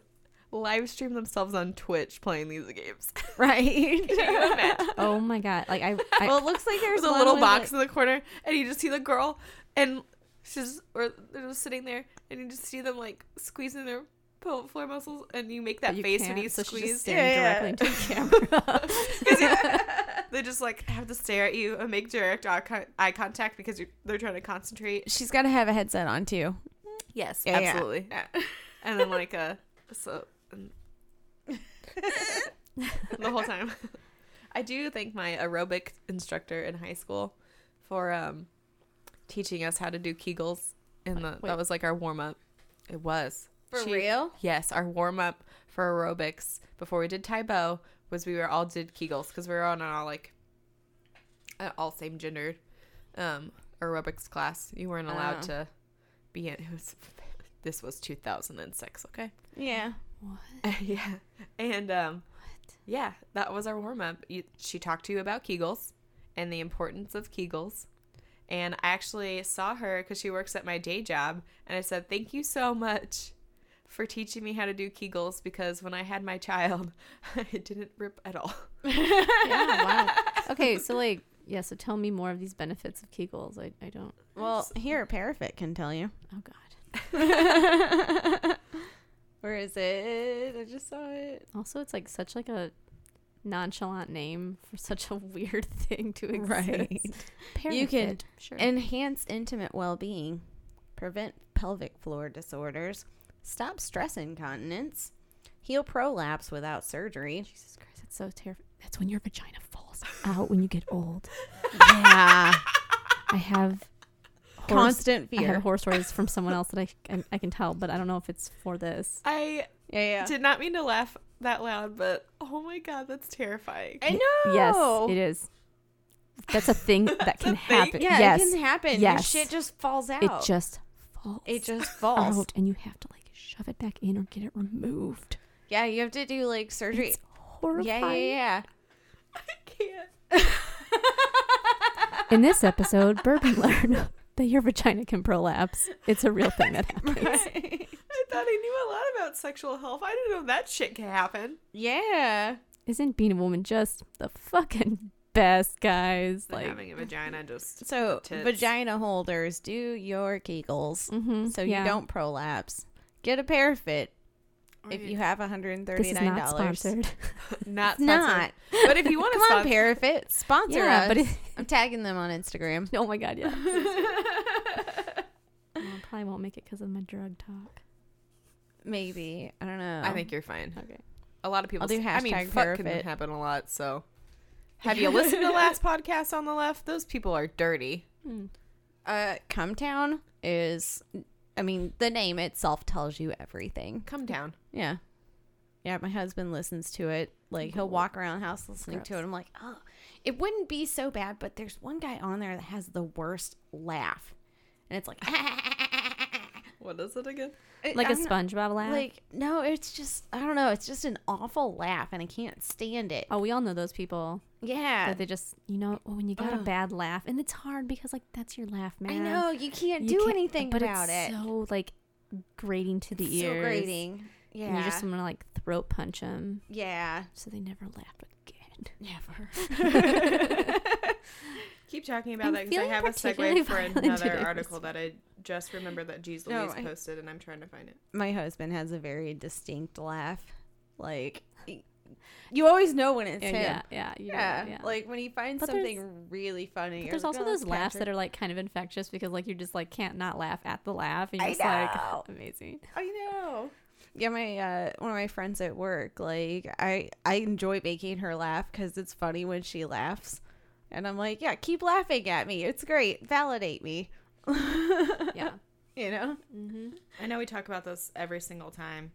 S3: live streamed themselves on Twitch playing these games.
S1: right.
S3: Can you imagine?
S2: oh my god! Like I, I oh,
S1: well, it looks like there's
S3: There's a little box in the corner, and you just see the girl, and she's or they're just sitting there, and you just see them like squeezing their pelvic floor muscles, and you make that
S2: you
S3: face
S2: can't,
S3: when you
S2: so she's just
S3: squeeze.
S2: staring
S1: Yeah, yeah.
S2: directly into the camera.
S3: 'Cause you- they just like have to stare at you and make direct eye, con- eye contact because you're, they're trying to concentrate.
S1: She's got to have a headset on too.
S3: Yes,
S1: Yeah, yeah.
S3: absolutely. and then like a so and- the whole time. I do thank my aerobic instructor in high school for um teaching us how to do Kegels in the
S2: Wait.
S3: that was like our warm up. It was. She-
S1: real?
S3: Yes, our warm up for aerobics before we did Taibo was we were all did Kegels because we were on our like uh, all same gendered um, aerobics class. You weren't allowed
S1: Oh.
S3: to be in. It was, this was 2006. Okay.
S1: Yeah.
S2: what?
S3: yeah, and um, yeah, that was our warm up. You, she talked to you about Kegels and the importance of Kegels. And I actually saw her because she works at my day job. And I said, Thank you so much for teaching me how to do Kegels because when I had my child, it didn't rip at all.
S2: Yeah. Wow. Okay. So like, yeah. So tell me more of these benefits of Kegels. I, I don't.
S1: Well, here Parafit can tell you.
S2: Oh god.
S1: Where is it? I just saw it.
S2: Also, it's like such like a nonchalant name for such a weird thing to exist.
S1: You could-
S2: Parafit, sure.
S1: Enhance intimate well-being, prevent pelvic floor disorders, stop stress incontinence, heal prolapse without surgery.
S2: Jesus Christ, that's so terrifying. That's when your vagina falls out when you get old.
S1: Yeah,
S2: I have horror-
S1: constant
S2: I have
S1: fear.
S2: horror stories from someone else that I, I I can tell, but I don't know if it's for this.
S3: I
S1: Yeah, yeah.
S3: did not mean to laugh that loud, but oh my God, that's terrifying.
S1: I know.
S2: Yes, it is. That's a thing that can
S3: thing.
S2: happen.
S1: Yeah,
S2: yes,
S1: it can happen. Your
S2: Yes.
S1: shit just falls out.
S2: it just falls.
S1: It just falls.
S2: out, and you have to like shove it back in or get it removed.
S1: Yeah, you have to do like surgery.
S2: It's horrifying.
S1: Yeah, yeah, yeah.
S3: I can't.
S2: In this episode, Bourbon learned that your vagina can prolapse. It's a real thing that happens.
S3: I thought I knew a lot about sexual health. I didn't know that shit could happen.
S1: yeah.
S2: Isn't being a woman just the fucking best, guys?
S3: Like
S2: Like,
S3: having a vagina just
S1: So
S3: Tits.
S1: vagina holders, do your kegels
S2: mhm,
S1: so
S2: yeah.
S1: you don't prolapse. Get a parafit if you have
S2: This is
S1: $139.
S2: not sponsored.
S3: not
S1: It's not.
S3: But if you want to
S1: Come on, parafit. Sponsor
S2: yeah,
S1: us.
S2: but it,
S1: I'm tagging them on Instagram.
S2: oh my god, yeah. Well, I probably won't make it because of my drug talk.
S1: Maybe. I don't know.
S3: I think you're fine.
S2: Okay.
S3: A lot of people.
S1: I'll do
S3: s- I mean,
S1: hashtag
S3: fuck can
S1: parafit.
S3: happen a lot. So, have you listened to the last podcast on the left? Those people are dirty.
S1: uh Come Town is I mean, the name itself tells you everything.
S3: Come down.
S1: Yeah. Yeah, my husband listens to it. Like he'll walk around the house listening to it.
S2: Gross.
S1: I'm like, oh, it wouldn't be so bad, but there's one guy on there that has the worst laugh, and it's like,
S3: What is it again?
S2: Like
S1: I'm
S2: a
S1: not-
S2: SpongeBob laugh.
S1: Like no, it's just I don't know. It's just an awful laugh, and I can't stand it.
S2: oh, we all know those people.
S1: yeah,
S2: That they just, you know, when you got a
S1: Ugh.
S2: bad laugh, and it's hard because like that's your laugh, man.
S1: I know you can't
S2: You
S1: do
S2: can't-
S1: anything
S2: but
S1: about
S2: it's
S1: it.
S2: So like grating to the
S1: It's
S2: ears.
S1: so grating. Yeah,
S2: And you just want to like throat punch them
S1: yeah,
S2: so they never laugh again.
S1: never.
S3: Keep talking about
S2: I'm
S3: that because I
S2: feeling
S3: have a
S2: particularly
S3: segue for
S2: violent
S3: another
S2: today.
S3: article that I just remembered that Jeez
S1: No,
S3: Louise
S1: I-
S3: posted, and I'm trying to find it.
S1: my husband has a very distinct laugh. Like you always know when it's
S2: Yeah,
S1: him.
S2: yeah, yeah, you know,
S1: Yeah,
S2: yeah.
S1: like when he finds
S2: But there's-
S1: something really funny.
S2: But there's also those laughs that are like kind of infectious because like you just like can't not laugh at the laugh and you're
S1: I
S2: just like
S1: know.
S2: amazing.
S1: I know. Yeah, my uh, one of my friends at work, like I I enjoy making her laugh because it's funny when she laughs, and I'm like, yeah, keep laughing at me. It's great. Validate me.
S2: Yeah.
S1: You know.
S2: mm-hmm.
S3: I know we talk about this every single time,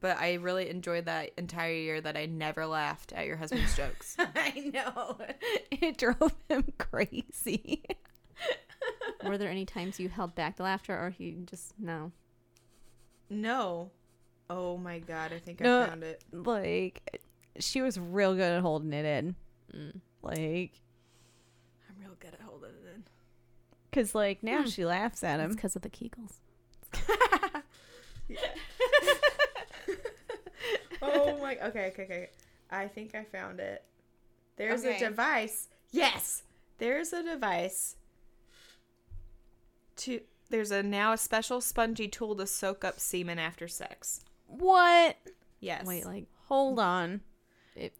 S3: But I really enjoyed that entire year that I never laughed at your husband's jokes.
S1: I know. Oh, It drove him crazy.
S2: Were there any times you held back the laughter, or he just no?
S3: No. Oh my god, I think
S1: No.
S3: I found it.
S1: like she was real good at holding it in.
S2: Mm.
S1: Like
S3: I'm real good at holding it in.
S1: cuz like now she laughs at
S2: It's
S1: him.
S2: because of the Kegels.
S3: oh my. Okay, okay, okay. I think I found it. There's
S1: Okay.
S3: a device. Yes, there's a device. To there's a now a special spongy tool to soak up semen after sex.
S1: What?
S3: Yes.
S2: Wait, like
S1: Hold on.
S2: it,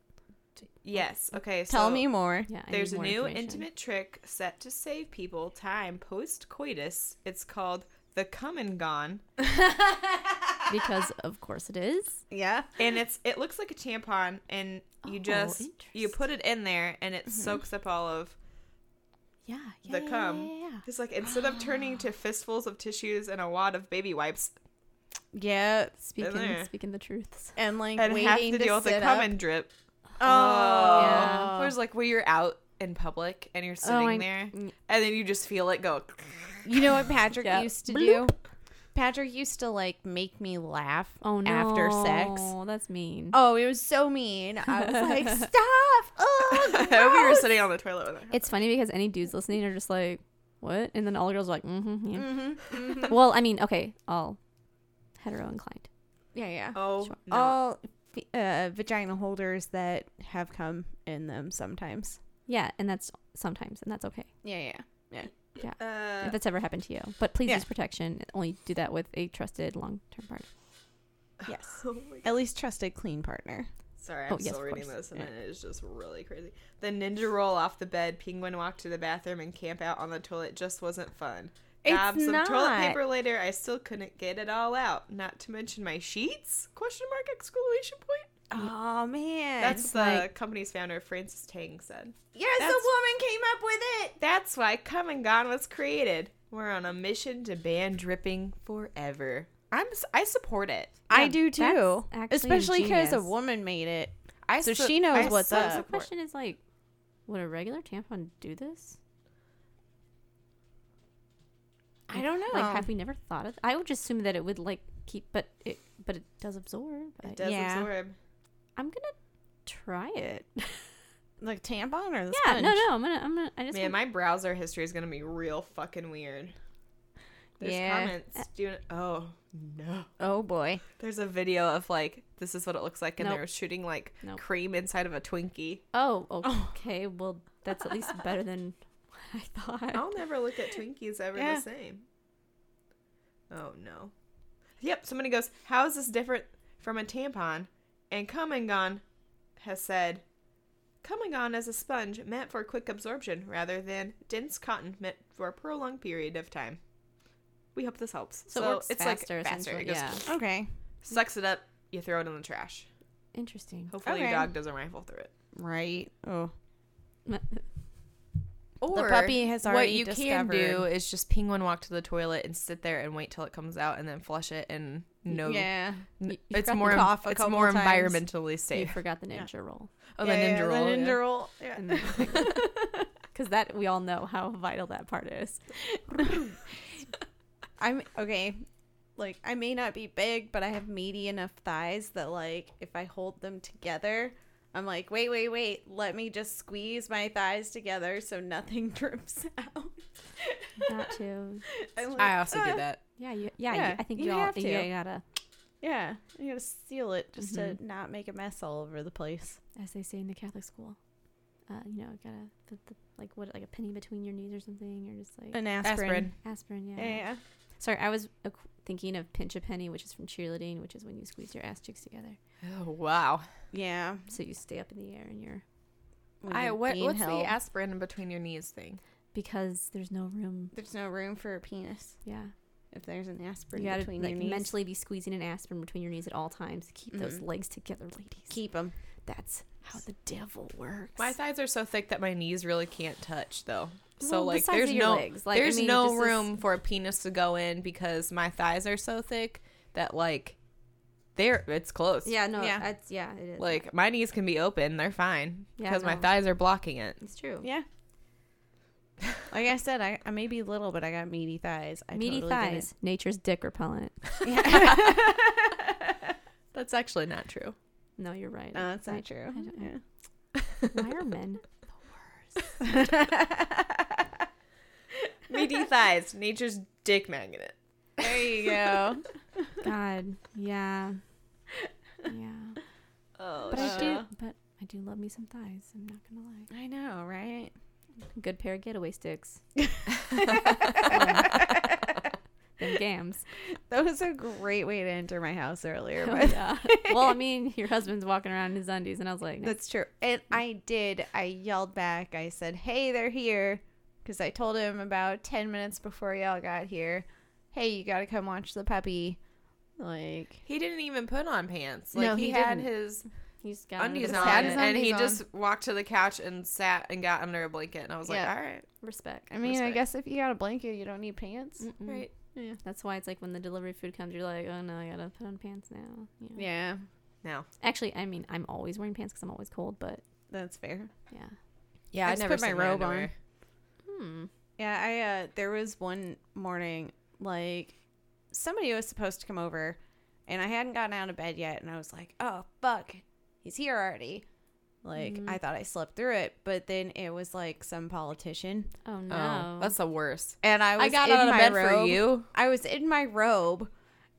S3: yes. Okay.
S1: Tell
S3: so
S1: me more.
S2: yeah. I
S3: There's
S2: need
S3: a
S2: more
S3: new
S2: information.
S3: intimate trick set to save people time post coitus. It's called the come and gone.
S2: because of course it is.
S1: Yeah.
S3: and it's it looks like a tampon and you
S2: Oh, Mm-hmm.
S3: just you put it in there and it soaks up all of
S2: Yeah, yeah.
S3: The
S2: yeah, yeah,
S3: cum.
S2: yeah, yeah.
S3: it's like instead of turning to fistfuls of tissues and a wad of baby wipes
S1: Yeah.
S2: Speaking
S3: there.
S2: speaking the truths.
S1: And like
S3: and
S1: waiting
S3: have to deal with
S1: sit
S3: a
S1: up.
S3: cum and drip
S1: Oh.
S2: Yeah.
S3: whereas like where you're out in public and you're sitting
S2: I-
S3: there
S2: mm.
S3: and then you just feel it go
S1: You know what Patrick
S2: Yeah.
S1: used to do?
S2: Bloop.
S1: Patrick used to like make me laugh
S2: Oh no.
S1: after sex.
S2: that's mean.
S1: Oh, it was so mean. I was like, "Stop!" Oh,
S3: I hope you were
S1: gross."
S3: sitting on the toilet with her
S2: It's funny because any dudes listening are just like, what? And then all the girls are like, mm-hmm. Yeah.
S1: Mhm, mhm.
S2: Well, I mean, okay, all hetero inclined.
S1: Yeah, yeah.
S3: oh
S2: Sure.
S3: no.
S1: All f- uh, vagina holders that have come in them sometimes.
S2: Yeah, and that's sometimes, and that's okay.
S1: Yeah, yeah.
S3: uh,
S2: Oh. if that's ever happened to you. But please
S1: yeah.
S2: use protection. Only do that with a trusted long term partner.
S1: Yes.
S3: oh my
S1: At least trusted clean partner.
S3: Sorry, I'm
S2: Oh, yes,
S3: still
S2: of
S3: reading
S2: course.
S3: this, and
S1: Yeah.
S3: it is just really crazy. The ninja roll off the bed, penguin walk to the bathroom, and camp out on the toilet just wasn't fun.
S1: It's
S3: Gob some toilet
S1: not.
S3: paper later, I still couldn't get it all out. Not to mention my sheets? Question mark exclamation point.
S1: Oh man.
S3: That's
S1: That's
S3: the
S2: like-
S3: company's founder Francis Tang said.
S1: yes,
S3: that's-
S1: woman came up with it.
S3: That's why Come and Gone was created. We're on a mission to ban dripping forever. I'm s- I support it.
S1: I
S2: Yeah,
S1: do too.
S2: that's actually
S1: Especially because a
S2: ingenious.
S1: woman made it.
S3: I
S1: So she knows what's
S3: so
S1: up.
S2: The
S1: The
S3: support-
S2: question is like, would a regular tampon do this?
S1: I don't know.
S2: Like, have we never thought of? I would just assume that it would like keep, but it, but it does absorb. I,
S3: It does
S1: Yeah.
S3: absorb.
S2: I'm gonna try it.
S1: like tampon or the
S2: Yeah,
S1: sponge?
S2: no, no, I'm gonna, I'm gonna, I just.
S3: Man,
S2: want-
S3: my browser history is gonna be real fucking weird. There's
S1: Yeah.
S3: comments. Do you, oh no.
S1: Oh boy.
S3: There's a video of like this is what it looks like, and
S2: Nope.
S3: they're shooting like
S2: Nope.
S3: cream inside of a Twinkie.
S2: oh, okay. Well, that's at least better than what I thought.
S3: I'll never look at Twinkies ever
S1: Yeah.
S3: the same. Oh no. Yep. Somebody goes, "How is this different from a tampon?" And Come and Gone has said, "Come and Gone is a sponge meant for quick absorption, rather than dense cotton meant for a prolonged period of time." We hope this helps.
S2: So,
S3: So,
S2: it works
S3: it's
S2: faster,
S3: like faster.
S2: essentially.
S3: It goes,
S2: Yeah,
S1: Okay.
S3: sucks it up. You throw it in the trash.
S2: interesting.
S3: Hopefully
S1: Okay.
S3: your dog doesn't rifle through it.
S1: Right. Oh.
S3: Or
S1: puppy has
S3: what
S1: already
S3: you can
S1: discovered-
S3: do is just penguin walk to the toilet and sit there and wait till it comes out and then flush it and no,
S1: Yeah.
S3: n-
S2: You- you
S3: it's
S2: forgot
S3: more
S2: the
S3: em-
S1: cough a
S3: it's
S1: couple
S3: more
S1: times.
S3: environmentally
S2: You
S3: safe.
S2: forgot the ninja roll.
S3: Oh, the ninja roll. yeah.
S1: roll.
S2: and then because that we all know how vital that part is.
S1: I'm okay. Like I may not be big, but I have meaty enough thighs that like if I hold them together, I'm like, wait, wait, wait. Let me just squeeze my thighs together so nothing drips out.
S2: Not to,
S1: I'm like,
S3: I also
S1: "Ah."
S3: do that.
S2: yeah, you, yeah, you-
S1: Yeah,
S2: I think you,
S1: you
S2: all
S1: have to.
S2: you gotta,
S1: Yeah, you gotta seal it just to
S2: Mm-hmm.
S1: not make a mess all over the place.
S2: as they say in the Catholic school, uh, you know, gotta put the, like what like a penny between your knees or something, or just like
S1: An aspirin.
S3: Aspirin.
S2: aspirin. Yeah.
S1: Yeah, yeah.
S2: Sorry, I was uh, thinking of pinch a penny, which is from cheerleading, which is when you squeeze your ass cheeks together,
S3: Oh wow.
S1: Yeah.
S2: so you stay up in the air and you're
S1: When
S3: I
S1: you're
S3: what,
S1: being
S3: what's
S1: held,
S3: the aspirin in between your knees thing?
S2: because there's no room.
S1: There's no room for a penis
S2: Yeah,
S1: if there's an aspirin
S2: you gotta
S1: between
S2: like
S1: your knees.
S2: mentally be squeezing an aspirin between your knees at all times to keep those
S1: Mhm.
S2: legs together, ladies.
S1: Keep them.
S2: That's how the devil works.
S3: My thighs are so thick that my knees really can't touch though. So
S2: Well, the
S3: like
S2: size
S3: there's
S2: of your
S3: no
S2: legs. Like, I
S3: there's
S2: mean, it
S3: no
S2: just is-
S3: room for a penis to go in because my thighs are so thick that like They're it's close.
S2: Yeah, no,
S1: Yeah.
S2: yeah, it's, yeah, it is.
S3: Like my knees can be open, they're fine
S2: Yeah,
S3: because my
S2: no.
S3: thighs are blocking it.
S2: it's true.
S1: Yeah. Like I said, I, I may be little, but I got meaty thighs. I
S2: Meaty
S1: totally didn't-
S2: thighs, nature's dick repellent.
S3: That's actually not true.
S2: No, you're right.
S1: No, that's
S2: I-
S1: not true.
S2: I don't-
S1: Yeah.
S2: Why are men?
S3: Meaty thighs, nature's dick magnet.
S1: There you go.
S2: God, yeah, yeah.
S3: Oh,
S2: But I do, but I do love me some thighs. I'm not gonna lie.
S1: I know, right?
S2: Good pair of getaway sticks. Them gams.
S1: That was a great way to enter my house earlier. But
S2: Oh, yeah. Well, I mean, your husband's walking around in his undies, and I was like,
S1: That's true. And I did. I yelled back. I said, "Hey, they're here," because I told him about ten minutes before y'all got here. Hey, you gotta come watch the puppy. Like,
S3: He didn't even put on pants. Like
S1: No,
S3: he,
S1: he
S3: had
S1: didn't.
S3: his
S2: he's got under
S3: undies
S2: the
S1: Just
S3: on,
S1: had his
S2: blanket.
S3: and he
S1: undies
S3: just walked to the couch and sat and got under a blanket. And I was
S1: Yeah.
S3: like, all right,
S2: respect.
S1: I mean, I
S3: Respect.
S1: guess if you got a blanket, you don't need pants.
S2: Mm-mm.
S3: right.
S2: That's why it's like when the delivery food comes, you're like, oh no, I gotta put on pants now. You know?
S1: Yeah,
S3: Now,
S2: Actually, I mean, I'm always wearing pants because I'm always cold, but
S1: that's fair.
S2: yeah.
S3: yeah,
S1: I just put my
S3: seen their
S1: robe on.
S3: underwear.
S2: Hmm.
S1: Yeah, I uh there was one morning like somebody was supposed to come over and I hadn't gotten out of bed yet and I was like, "Oh, fuck. He's here already." Like
S3: Mm-hmm.
S1: I thought I slept through it, but then it was like some politician
S2: Oh no.
S3: Oh, that's the worst.
S1: and I was
S3: I got
S1: in
S3: out of
S1: my
S3: bed
S1: robe.
S3: for you.
S1: I was in my robe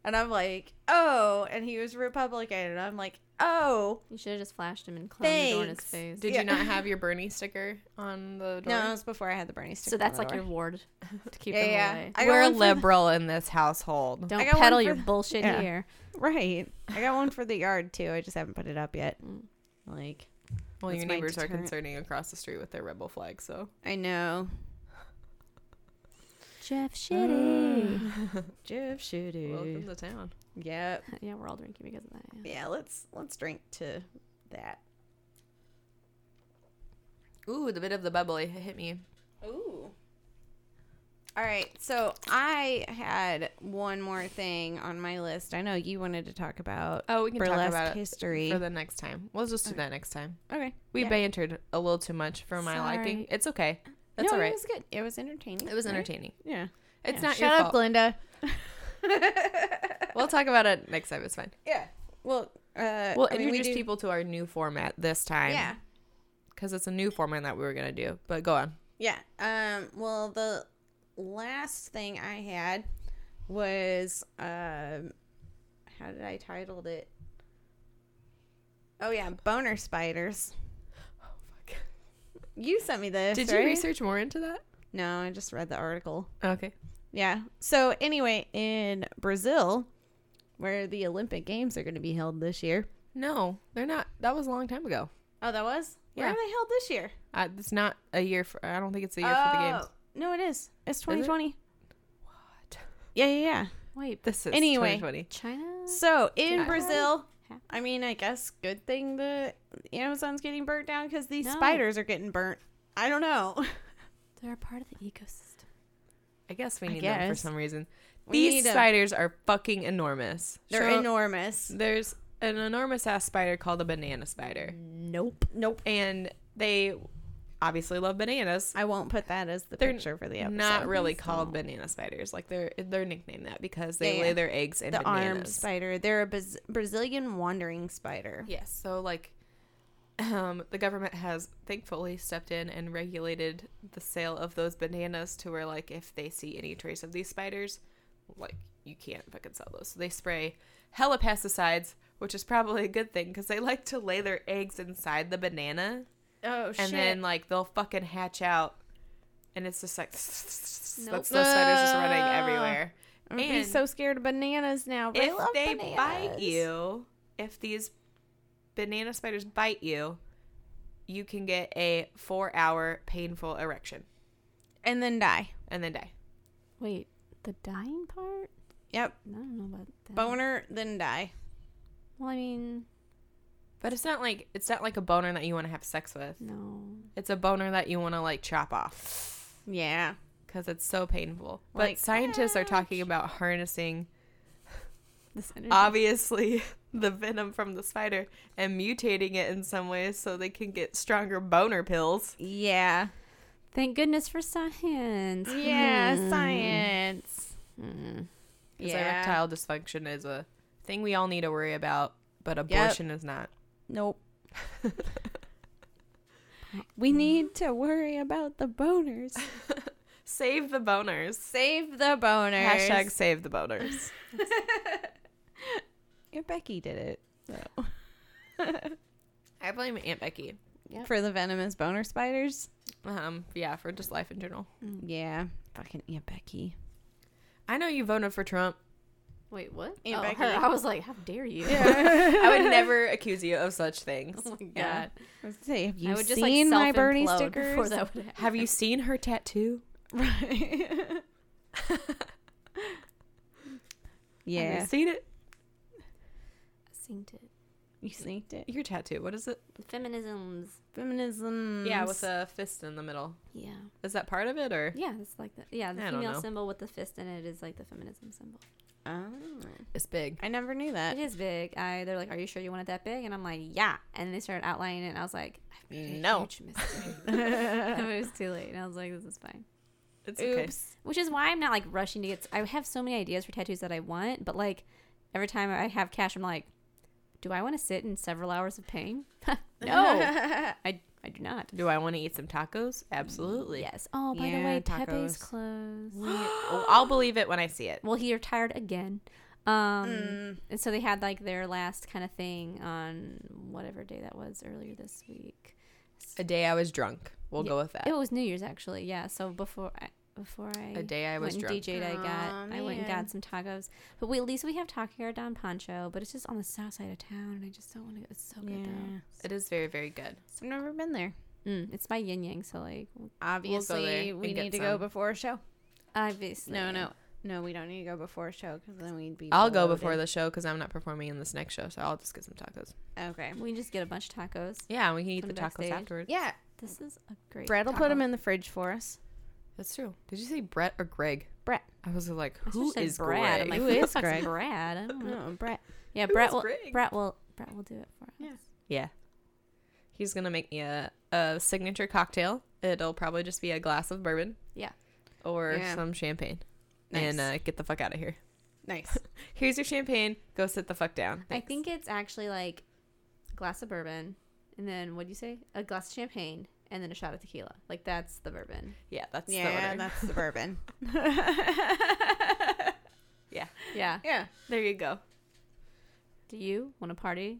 S1: and I'm like, "Oh," and he was Republican and I'm like, "Oh."
S2: you should have just flashed him and clowned the door in his
S1: Thanks.
S2: face.
S3: Did
S1: Yeah.
S3: you not have your Bernie sticker on the door?
S1: No, it was before I had the Bernie sticker.
S2: so
S1: on
S2: that's
S1: the
S2: like
S1: door.
S2: your ward to keep
S1: Yeah,
S2: him
S1: yeah.
S2: away.
S1: I got
S3: We're
S1: one for the-
S3: liberal in this household.
S2: Don't
S1: got one
S2: peddle
S1: for
S2: your
S1: the-
S2: bullshit
S1: Yeah.
S2: here.
S1: Right. I got one for the yard too. I just haven't put it up yet.
S2: Mm.
S1: Like
S3: Well,
S1: That's
S3: your
S1: my
S3: neighbors are
S1: deterrent.
S3: concerning across the street with their rebel flag, so
S1: I know.
S2: Jeff Shitty.
S1: Jeff
S3: welcome
S1: Shitty.
S3: to town.
S1: Yep.
S2: yeah, we're all drinking because of that. Yeah.
S1: Yeah, let's let's drink to that.
S3: Ooh, the bit of the bubbly hit me.
S1: Ooh. All right. So I had one more thing on my list. I know you wanted to talk about
S3: Oh, we can
S1: burlesque
S3: talk about it
S1: history.
S3: for the next time. Let's just do
S1: Okay.
S3: that next time.
S1: okay.
S3: We
S1: Yeah.
S3: bantered a little too much for my liking.
S2: Sorry.
S3: It's okay. That's
S1: no,
S3: all right.
S1: It was good. It was entertaining.
S3: It was
S1: right?
S3: entertaining.
S1: Yeah.
S3: It's
S1: Yeah.
S3: not
S1: Shut
S3: your
S1: up,
S3: fault.
S1: Glinda.
S3: We'll talk about it next time. It's fine.
S1: Yeah. Well, uh,
S3: We'll
S1: I mean, we
S3: introduce
S1: do-
S3: people to our new format this time.
S1: Yeah.
S3: Because it's a new format that we were going to do. But go on.
S1: Yeah. Um, well, the last thing I had was um, how did I titled it? Oh yeah, boner spiders. You sent me this.
S3: Oh, Did
S1: right?
S3: you research more into that?
S1: No, I just read the article.
S3: Okay.
S1: Yeah. So anyway, in Brazil, where the Olympic Games are going to be held this year.
S3: No, they're not. That was a long time ago.
S1: Oh, that was. Where
S3: Yeah.
S1: are they held this year?
S3: Uh, it's not a year for. I don't think it's a year for the games.
S1: Oh, No, it is. It's 2020.
S3: What?
S1: Yeah, yeah, yeah.
S2: Wait,
S3: This is
S1: Anyway.
S3: 2020.
S2: China?
S1: So in
S2: Yeah.
S1: Brazil,
S2: Half.
S1: I mean, I guess good thing the Amazon's getting burnt down because these
S2: No.
S1: spiders are getting burnt. I don't know.
S2: They're a part of the ecosystem.
S3: I guess we
S1: I
S3: need them for
S1: guess.
S3: some reason.
S1: We
S3: These
S1: need 'em.
S3: spiders are fucking enormous.
S1: They're
S3: So,
S1: enormous.
S3: There's an enormous ass spider called a banana spider.
S1: Mm. Nope. Nope.
S3: And they obviously love bananas.
S1: I won't put that as the
S3: They're
S1: picture for the episode.
S3: Not really
S2: Please
S3: called
S2: don't.
S3: banana spiders. Like they're they're nicknamed that because they
S1: Yeah,
S3: lay
S1: yeah.
S3: their eggs in
S1: the arm
S3: bananas.
S1: spider. They're a Braz- Brazilian wandering spider.
S3: Yes. So like um the government has thankfully stepped in and regulated the sale of those bananas to where like if they see any trace of these spiders, like you can't fucking sell those. So they spray hella pesticides, which is probably a good thing cuz they like to lay their eggs inside the banana
S1: Oh
S3: and then like they'll fucking hatch out and it's just like
S2: Nope.
S3: that's those spiders just running
S1: Ah.
S3: everywhere.
S1: I'm gonna be
S3: and
S1: so scared of bananas now. but I
S3: if
S1: love
S3: they bite
S1: bananas.
S3: you, if these banana spiders bite you, you can get a four hour painful erection
S1: and then die.
S3: and then die.
S2: Wait, the dying part?
S1: Yep,
S2: I don't know about that.
S1: boner, then die.
S2: Well, I mean,
S3: But it's not like it's not like a boner that you want to have sex with.
S2: no.
S3: It's a boner that you want to like chop off
S1: Yeah.
S3: because it's so painful.
S1: Like,
S3: but scientists are talking about harnessing
S1: Mm-hmm.
S2: This energy.
S3: obviously the venom from the spider and mutating it in some way so they can get stronger boner pills.
S1: Yeah.
S2: Thank goodness for science. Hmm.
S1: science.
S2: Hmm.
S3: Because
S1: Yeah.
S3: erectile dysfunction is a thing we all need to worry about, but abortion is not.
S1: Nope. we need to worry about the boners.
S3: Save the boners.
S1: Save the boners.
S3: Hashtag save the boners.
S1: Yeah, Becky did it
S3: I blame Aunt Becky.
S1: for the venomous boner spiders.
S3: Um, yeah, for just life in general.
S2: Hmm.
S1: Yeah. Fucking Aunt Becky.
S3: I know you voted for Trump.
S2: Wait, what?
S1: Aunt
S2: oh,
S1: Becky.
S2: her. I was like, how dare you?
S3: I would never accuse you of such things.
S2: Oh my god.
S1: Yeah. I was gonna say, have you
S2: I would just
S1: seen
S2: like
S1: my Bernie
S2: self-implode Before
S1: stickers?
S2: that would happen.
S3: Have you seen her tattoo?
S1: Right.
S3: Have
S1: yeah.
S3: you seen it?
S2: Synced it.
S1: You sneaked it.
S3: Your tattoo. What is it? Mm.
S2: Feminisms.
S1: Feminism.
S3: Yeah, with a fist in the middle.
S2: Yeah.
S3: Is that part of it or?
S2: Yeah, it's like the yeah, the
S3: I don't know.
S2: female symbol with the fist in it is like the feminism symbol.
S1: Oh.
S3: It's big.
S1: I never knew that.
S2: It is big. I they're like, Are you sure you want it that big? And I'm like, Yeah. And they started outlining it and I was like, I've made a
S3: No.
S2: huge mistake. And it was too late. And I was like, This is fine.
S3: It's
S1: Oops.
S2: Which is why I'm not like rushing to get I have so many ideas for tattoos that I want, but like every time I have cash I'm like, Do I want to sit in several hours of pain? no. I I do not.
S3: Do I want to eat some tacos? Absolutely.
S2: Yes. Oh, by the
S1: Yeah,
S2: way, Pepe's
S1: tacos.
S2: closed.
S3: Oh, I'll believe it when I see it.
S2: Well, he retired again. Um,
S3: Mm.
S1: Mm,
S2: And so they had like their last kind of thing on whatever day that was earlier this week.
S3: A day I was drunk. We'll
S2: Yeah.
S3: go with that.
S2: It was New Year's actually. Yeah. So before I, before I
S3: A day I was
S2: went
S3: drunk.
S2: and DJ'd, I got
S1: Aw,
S2: I went and
S1: man.
S2: got some tacos. But we, at least we have Taco Yard down Poncho, but it's just on the south side of town, and I just don't want to. It's so good
S1: Yeah.
S3: It is very, very good.
S1: I've never been there.
S2: though. Mm, it's by Yin Yang, so like
S1: Obviously,
S3: there
S1: we
S3: and get
S1: need to go
S3: some.
S1: before a show.
S2: obviously
S1: No, no, no. We don't need to go before a show because then we'd be.
S3: I'll go before
S1: bloated.
S3: the show because I'm not performing in this next show, so I'll just get some tacos.
S1: Okay.
S2: We just get a bunch of tacos.
S3: Yeah, and we can eat
S2: From
S3: the tacos
S2: backstage.
S3: afterwards.
S1: Yeah,
S2: This is a great.
S1: Brett will put
S2: taco.
S1: them in the fridge for us.
S3: That's true. Did you say Brett or Greg?
S1: Brett.
S3: I was like,
S2: I
S3: who
S2: should've said
S3: is
S2: Brad? I'm
S3: Greg?
S2: like,
S1: Who
S2: who
S1: is
S2: is the fuck's
S1: Greg?
S2: Brad? I don't know.
S1: Oh, Brett.
S2: Yeah, Brett
S3: is
S2: will.
S3: Greg?
S2: Brett will. Brett will do it for us.
S1: Yeah.
S3: yeah. He's gonna make me a, a signature cocktail. It'll probably just be a glass of bourbon.
S2: Yeah.
S3: Or
S1: Yeah.
S3: some champagne. And
S1: Nice.
S3: uh, get the fuck out of here.
S1: Nice.
S3: Here's your champagne. Go sit the fuck down.
S2: I
S3: Thanks.
S2: think it's actually like a glass of bourbon, and then what do you say? A glass of champagne, and then a shot of tequila. Like that's the bourbon.
S3: Yeah, that's the
S1: yeah,
S3: order.
S1: that's the bourbon.
S2: Yeah.
S1: yeah.
S3: There you go.
S2: Do you want to party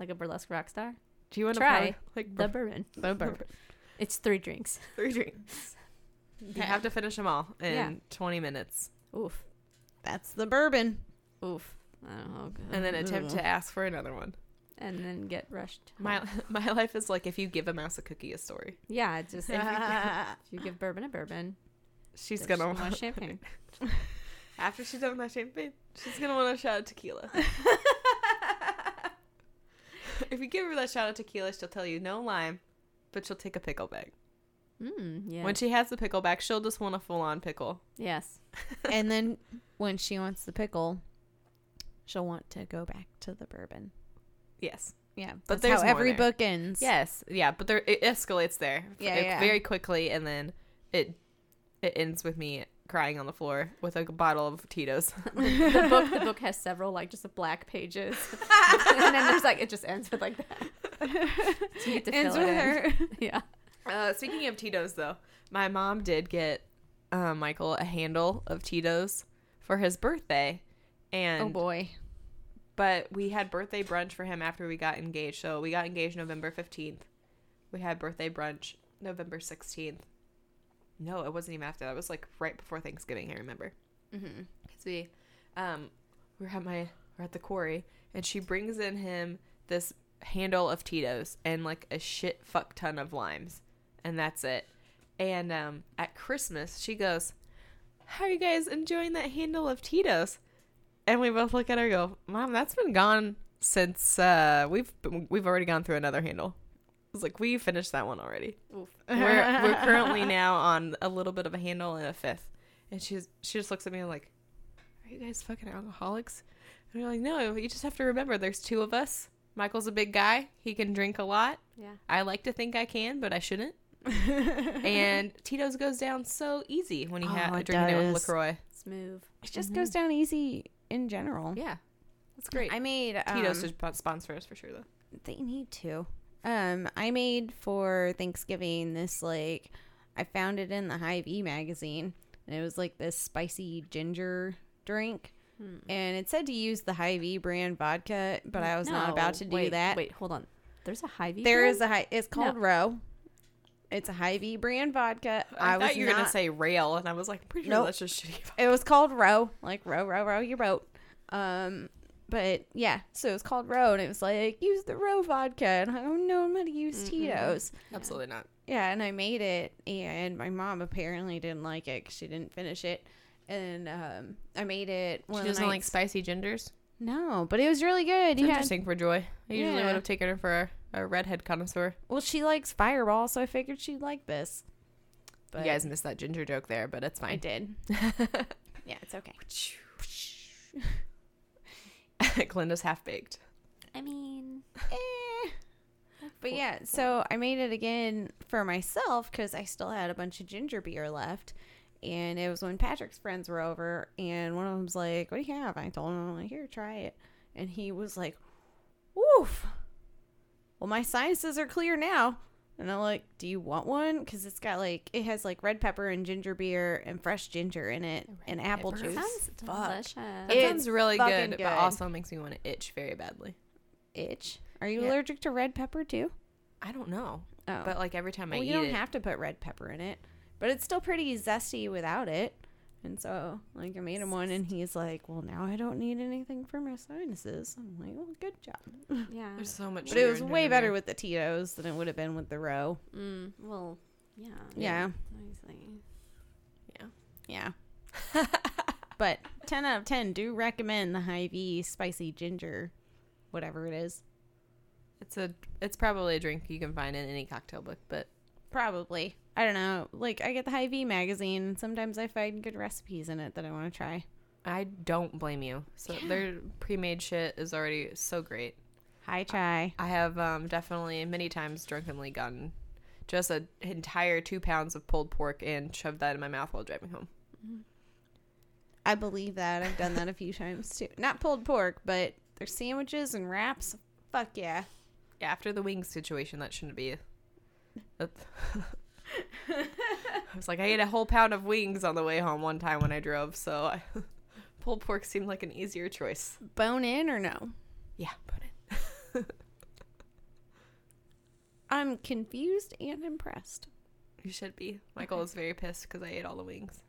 S2: like a burlesque rock star?
S3: Do you want
S2: Try
S3: to like
S2: The bourbon.
S3: the bourbon?
S2: It's three drinks.
S3: Three drinks. You have to finish them all in
S2: Yeah.
S3: 20 minutes,
S2: Oof.
S1: That's the bourbon.
S2: Oof. Oh, God.
S3: and then attempt to ask for another one.
S2: and then get rushed. home.
S3: My my life is like if you give a mouse a cookie, a story.
S2: yeah, it's just if you, if you give bourbon a bourbon,
S3: She's
S2: then
S3: gonna
S2: she
S3: want
S2: wants champagne.
S3: after she's done with that champagne, she's gonna want a shot of tequila. if you give her that shot of tequila, she'll tell you no lime, but she'll take a pickle back.
S2: Mm, yeah.
S3: When she has the pickle back, she'll just want a full on pickle.
S2: yes.
S1: and then when she wants the pickle, she'll want to go back to the bourbon.
S3: Yes.
S1: Yeah,
S3: But
S1: but that's
S3: there's
S1: how
S3: more
S1: every
S3: there.
S1: book ends.
S3: Yes. Yeah. But there it escalates there.
S1: Yeah,
S3: It-
S1: yeah.
S3: Very quickly, and then it it ends with me crying on the floor with a bottle of Tito's.
S2: the book the book has several like just black pages and then there's like it just ends with like that so you get to
S1: ends
S2: fill
S1: with
S2: it in.
S1: her.
S2: yeah
S3: Uh, speaking of Tito's, though, my mom did get uh, Michael a handle of Tito's for his birthday, and
S1: Oh boy.
S3: but we had birthday brunch for him after we got engaged. So we got engaged November fifteenth. We had birthday brunch November sixteenth. No, it wasn't even after that. It was like right before Thanksgiving. I remember
S1: Mm-hmm.
S3: because we um we're at my we're at the quarry and she brings in him this handle of Tito's and like a shit fuck ton of limes and that's it. And um at Christmas she goes, How are you guys enjoying that handle of Tito's? And we both look at her and go, Mom, that's been gone since uh we've we've already gone through another handle. I was like, We finished that one already. We're we're currently now on a little bit of a handle and a fifth. And she's she just looks at me and like, Are you guys fucking alcoholics? And we're like, no, you just have to remember there's two of us. Michael's a big guy. He can drink a lot.
S2: Yeah.
S3: I like to think I can, but I shouldn't. and Tito's goes down so easy when you have
S1: Oh,
S3: ha-
S1: it
S3: drinking it with
S1: does.
S3: LaCroix.
S2: Smooth.
S1: It just goes down easy in general.
S3: Yeah. That's great.
S1: Mm-hmm. I made um,
S3: Tito's should sp- sponsor us for sure, though.
S1: They need to. Um, I made for Thanksgiving this like I found it in the Hive E magazine, and it was like this spicy ginger drink,
S3: Hmm.
S1: and it said to use the Hive E brand vodka, but I was not about to do
S2: wait,
S1: that.
S2: Wait, hold on. There's a high V.
S1: There
S2: brand?
S1: is a high. It's called
S2: No.
S1: Row. It's a Hive E brand vodka.
S3: I,
S1: I,
S3: thought
S1: was
S3: you were
S1: not.
S3: gonna say rail, and I was like, pretty sure
S1: Nope.
S3: that's just shitty.
S1: it was called Row, like row, row, row your boat. Um, but yeah, so it was called Row, and it was like use the Row vodka, and I don't know, I'm gonna use Tito's.
S3: Absolutely not.
S1: Yeah, and I made it, and my mom apparently didn't like it 'cause she didn't finish it. And um, I made it. One
S3: She
S1: of the
S3: doesn't like
S1: nights-
S3: spicy gingers.
S1: No, but it was really good.
S3: It's
S1: You had-
S3: Interesting for Joy. I usually
S1: Yeah.
S3: would have taken her for a, a redhead connoisseur.
S1: well, she likes Fireball, so I figured she'd like this. But
S3: you guys missed that ginger joke there, but it's
S1: I
S3: fine.
S1: did. yeah, it's okay.
S3: Glinda's half baked.
S2: I mean,
S1: Eh. But yeah, so I made it again for myself because I still had a bunch of ginger beer left. And it was when Patrick's friends were over, and one of them's like, What do you have? I told him, I'm like, Here, try it. And he was like, Woof. Well, my sinuses are clear now. And I'm like, Do you want one? Because it's got like, it has like red pepper and ginger beer and fresh ginger in it and apple
S3: pepper.
S1: juice.
S2: sounds
S3: Fuck.
S2: delicious.
S3: That
S1: It's
S3: sounds really
S1: fucking
S3: good,
S1: good.
S3: but also makes me want to itch very badly.
S1: Itch. Are you
S3: Yeah.
S1: allergic to red pepper too?
S3: I don't know,
S1: Oh.
S3: but like every time I
S1: well,
S3: eat
S1: you don't
S3: it,
S1: have to put red pepper in it, but it's still pretty zesty without it. And so, like, I made him one, and he's like, "Well, now I don't need anything for my sinuses." I'm like, "Well, good job."
S2: yeah.
S3: there's so much.
S1: But it
S3: sugar
S1: was
S3: in
S1: way
S3: ginger
S1: better
S3: beer.
S1: with the Tito's than it would have been with the row.
S2: Mm, well, yeah.
S1: Yeah,
S2: Obviously.
S1: yeah. but ten out of ten do recommend the high V spicy ginger, whatever it is.
S3: It's a. It's probably a drink you can find in any cocktail book, but
S1: Probably. I don't know. Like I get the High V magazine, and sometimes I find good recipes in it that I want to try.
S3: I don't blame you. So
S1: Yeah.
S3: their pre-made shit is already so great.
S1: Hi, chai.
S3: I have um, definitely many times drunkenly gotten just an entire two pounds of pulled pork and shoved that in my mouth while driving home.
S1: I believe that. I've done that a few times too. Not pulled pork, but their sandwiches and wraps. Fuck yeah.
S3: Yeah, after the wings situation, that shouldn't be. That- I was like, I ate a whole pound of wings on the way home one time when I drove, so I, pulled pork seemed like an easier choice.
S1: Bone in or no?
S3: Yeah, put it.
S1: I'm confused and impressed.
S3: You should be. Michael was very pissed because I ate all the wings.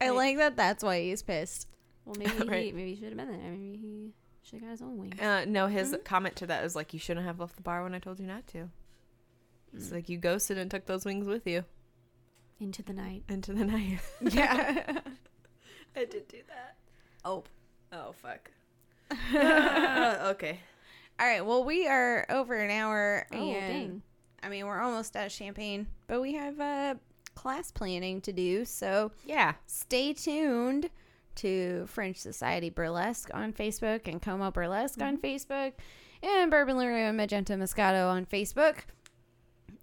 S1: I like that that's why he's pissed.
S2: Well, maybe he
S3: Right.
S2: maybe he should have been there. Maybe he should have got his own wing.
S3: Uh, no, his comment to that was like, "You shouldn't have left the bar when I told you not to." It's like you ghosted and took those wings with you
S2: Mm. Into the night.
S3: into the night.
S1: Yeah.
S3: I did do that.
S1: oh.
S3: Oh fuck. Uh, okay.
S1: All right. Well, we are over an hour.
S2: Oh,
S1: and,
S2: dang.
S1: I mean, we're almost out of champagne, but we have uh, class planning to do. So
S3: Yeah.
S1: stay tuned to French Society Burlesque on Facebook and Como Burlesque on
S2: Mm-hmm.
S1: Facebook and Bourbon Lario and Magenta Moscato on Facebook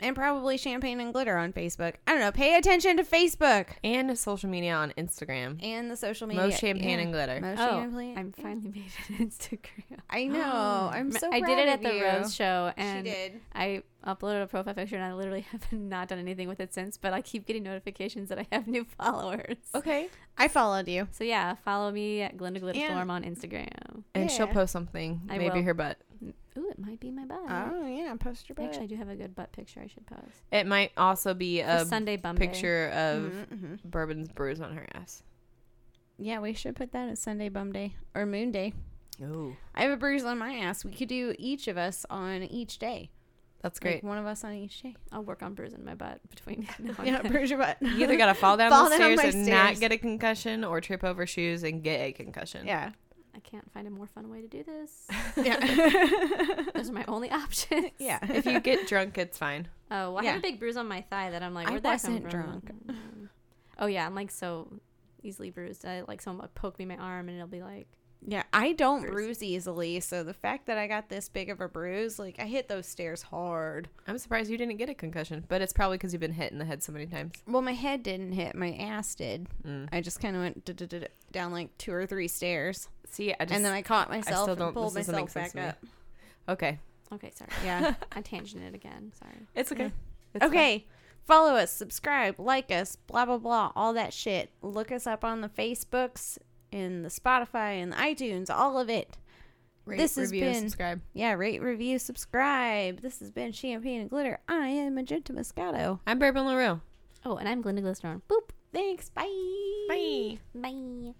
S1: and probably Champagne and Glitter on Facebook. I don't know. Pay attention to Facebook
S3: And social media on Instagram.
S1: and the social media.
S3: Most champagne
S1: Yeah.
S3: and glitter.
S1: Most
S2: Oh,
S1: champagne.
S2: I'm finally made it on Instagram.
S1: I know. I'm so
S2: I
S1: proud
S2: did it at
S1: of
S2: the
S1: you.
S2: Rose show,
S1: She
S2: and
S1: did.
S2: I uploaded a profile picture, and I literally have not done anything with it since. But I keep getting notifications that I have new followers.
S1: Okay. I followed you.
S2: So yeah, follow me at Glinda
S1: And-
S2: Glitterstorm on Instagram.
S3: And she'll
S1: Yeah.
S3: post something.
S2: I
S3: maybe
S2: will.
S3: her butt.
S2: Ooh, it might be my butt.
S1: Oh yeah, post your
S2: Actually, I do have a good butt picture. I should post
S3: It might also be
S2: a
S3: a
S1: Um,
S2: Sunday bum day.
S3: picture of
S1: Mm-hmm.
S3: Bourbon's bruise on her ass.
S1: Yeah, we should put that as Sunday Bum Day or Moon Day.
S3: Oh.
S1: I have a bruise on my ass. We could do each of us on each day.
S3: That's
S1: Like,
S3: great.
S1: one of us on each day.
S2: I'll work on bruising my butt between now and
S1: Yeah,
S2: then.
S1: bruise your butt.
S3: you either gotta fall down
S1: Fall
S3: the
S1: down
S3: stairs
S1: my
S3: and not
S1: stairs.
S3: get a concussion or trip over shoes and get a concussion.
S1: yeah.
S2: I can't find a more fun way to do this.
S1: Yeah.
S2: Those are my only options.
S1: yeah.
S3: If you get drunk, it's fine.
S2: Oh, well, I
S1: Yeah.
S2: had a big bruise on my thigh that Mm-hmm. I'm like,
S1: I
S2: where'd that come
S1: wasn't
S2: from?
S1: drunk.
S2: Oh yeah, I'm like so easily bruised. I like someone will poke me in my arm and it'll be like
S1: Yeah, I don't
S2: Bruise.
S1: bruise easily, so the fact that I got this big of a bruise, like I hit those stairs hard.
S3: I'm surprised you didn't get a concussion, but it's probably because you've been hit in the head so many times.
S1: Well, my head didn't hit, my ass did.
S3: Mm.
S1: I just kind of went duh-duh-duh-duh down like two or three stairs,
S3: See, I just
S1: and then I caught
S3: I
S1: myself
S3: still
S1: and
S3: don't.
S1: pulled
S3: this doesn't make
S1: myself
S3: sense
S1: back
S3: to me.
S1: up.
S3: Okay,
S2: okay, sorry.
S1: Yeah.
S2: I tangented again. Sorry.
S3: it's okay.
S1: Yeah.
S3: It's fine.
S1: okay. Follow us, subscribe, like us, blah blah blah, all that shit. Look us up on the Facebooks, in the Spotify, and the iTunes, all of it. This has
S3: review,
S1: been-
S3: subscribe.
S1: Yeah, rate, review, subscribe. This has been Champagne and Glitter. I am Magenta Moscato.
S3: I'm Bourbon Larue.
S2: Oh, and I'm Glinda Glisteron. Boop.
S1: Thanks. Bye.
S3: Bye.
S2: Bye.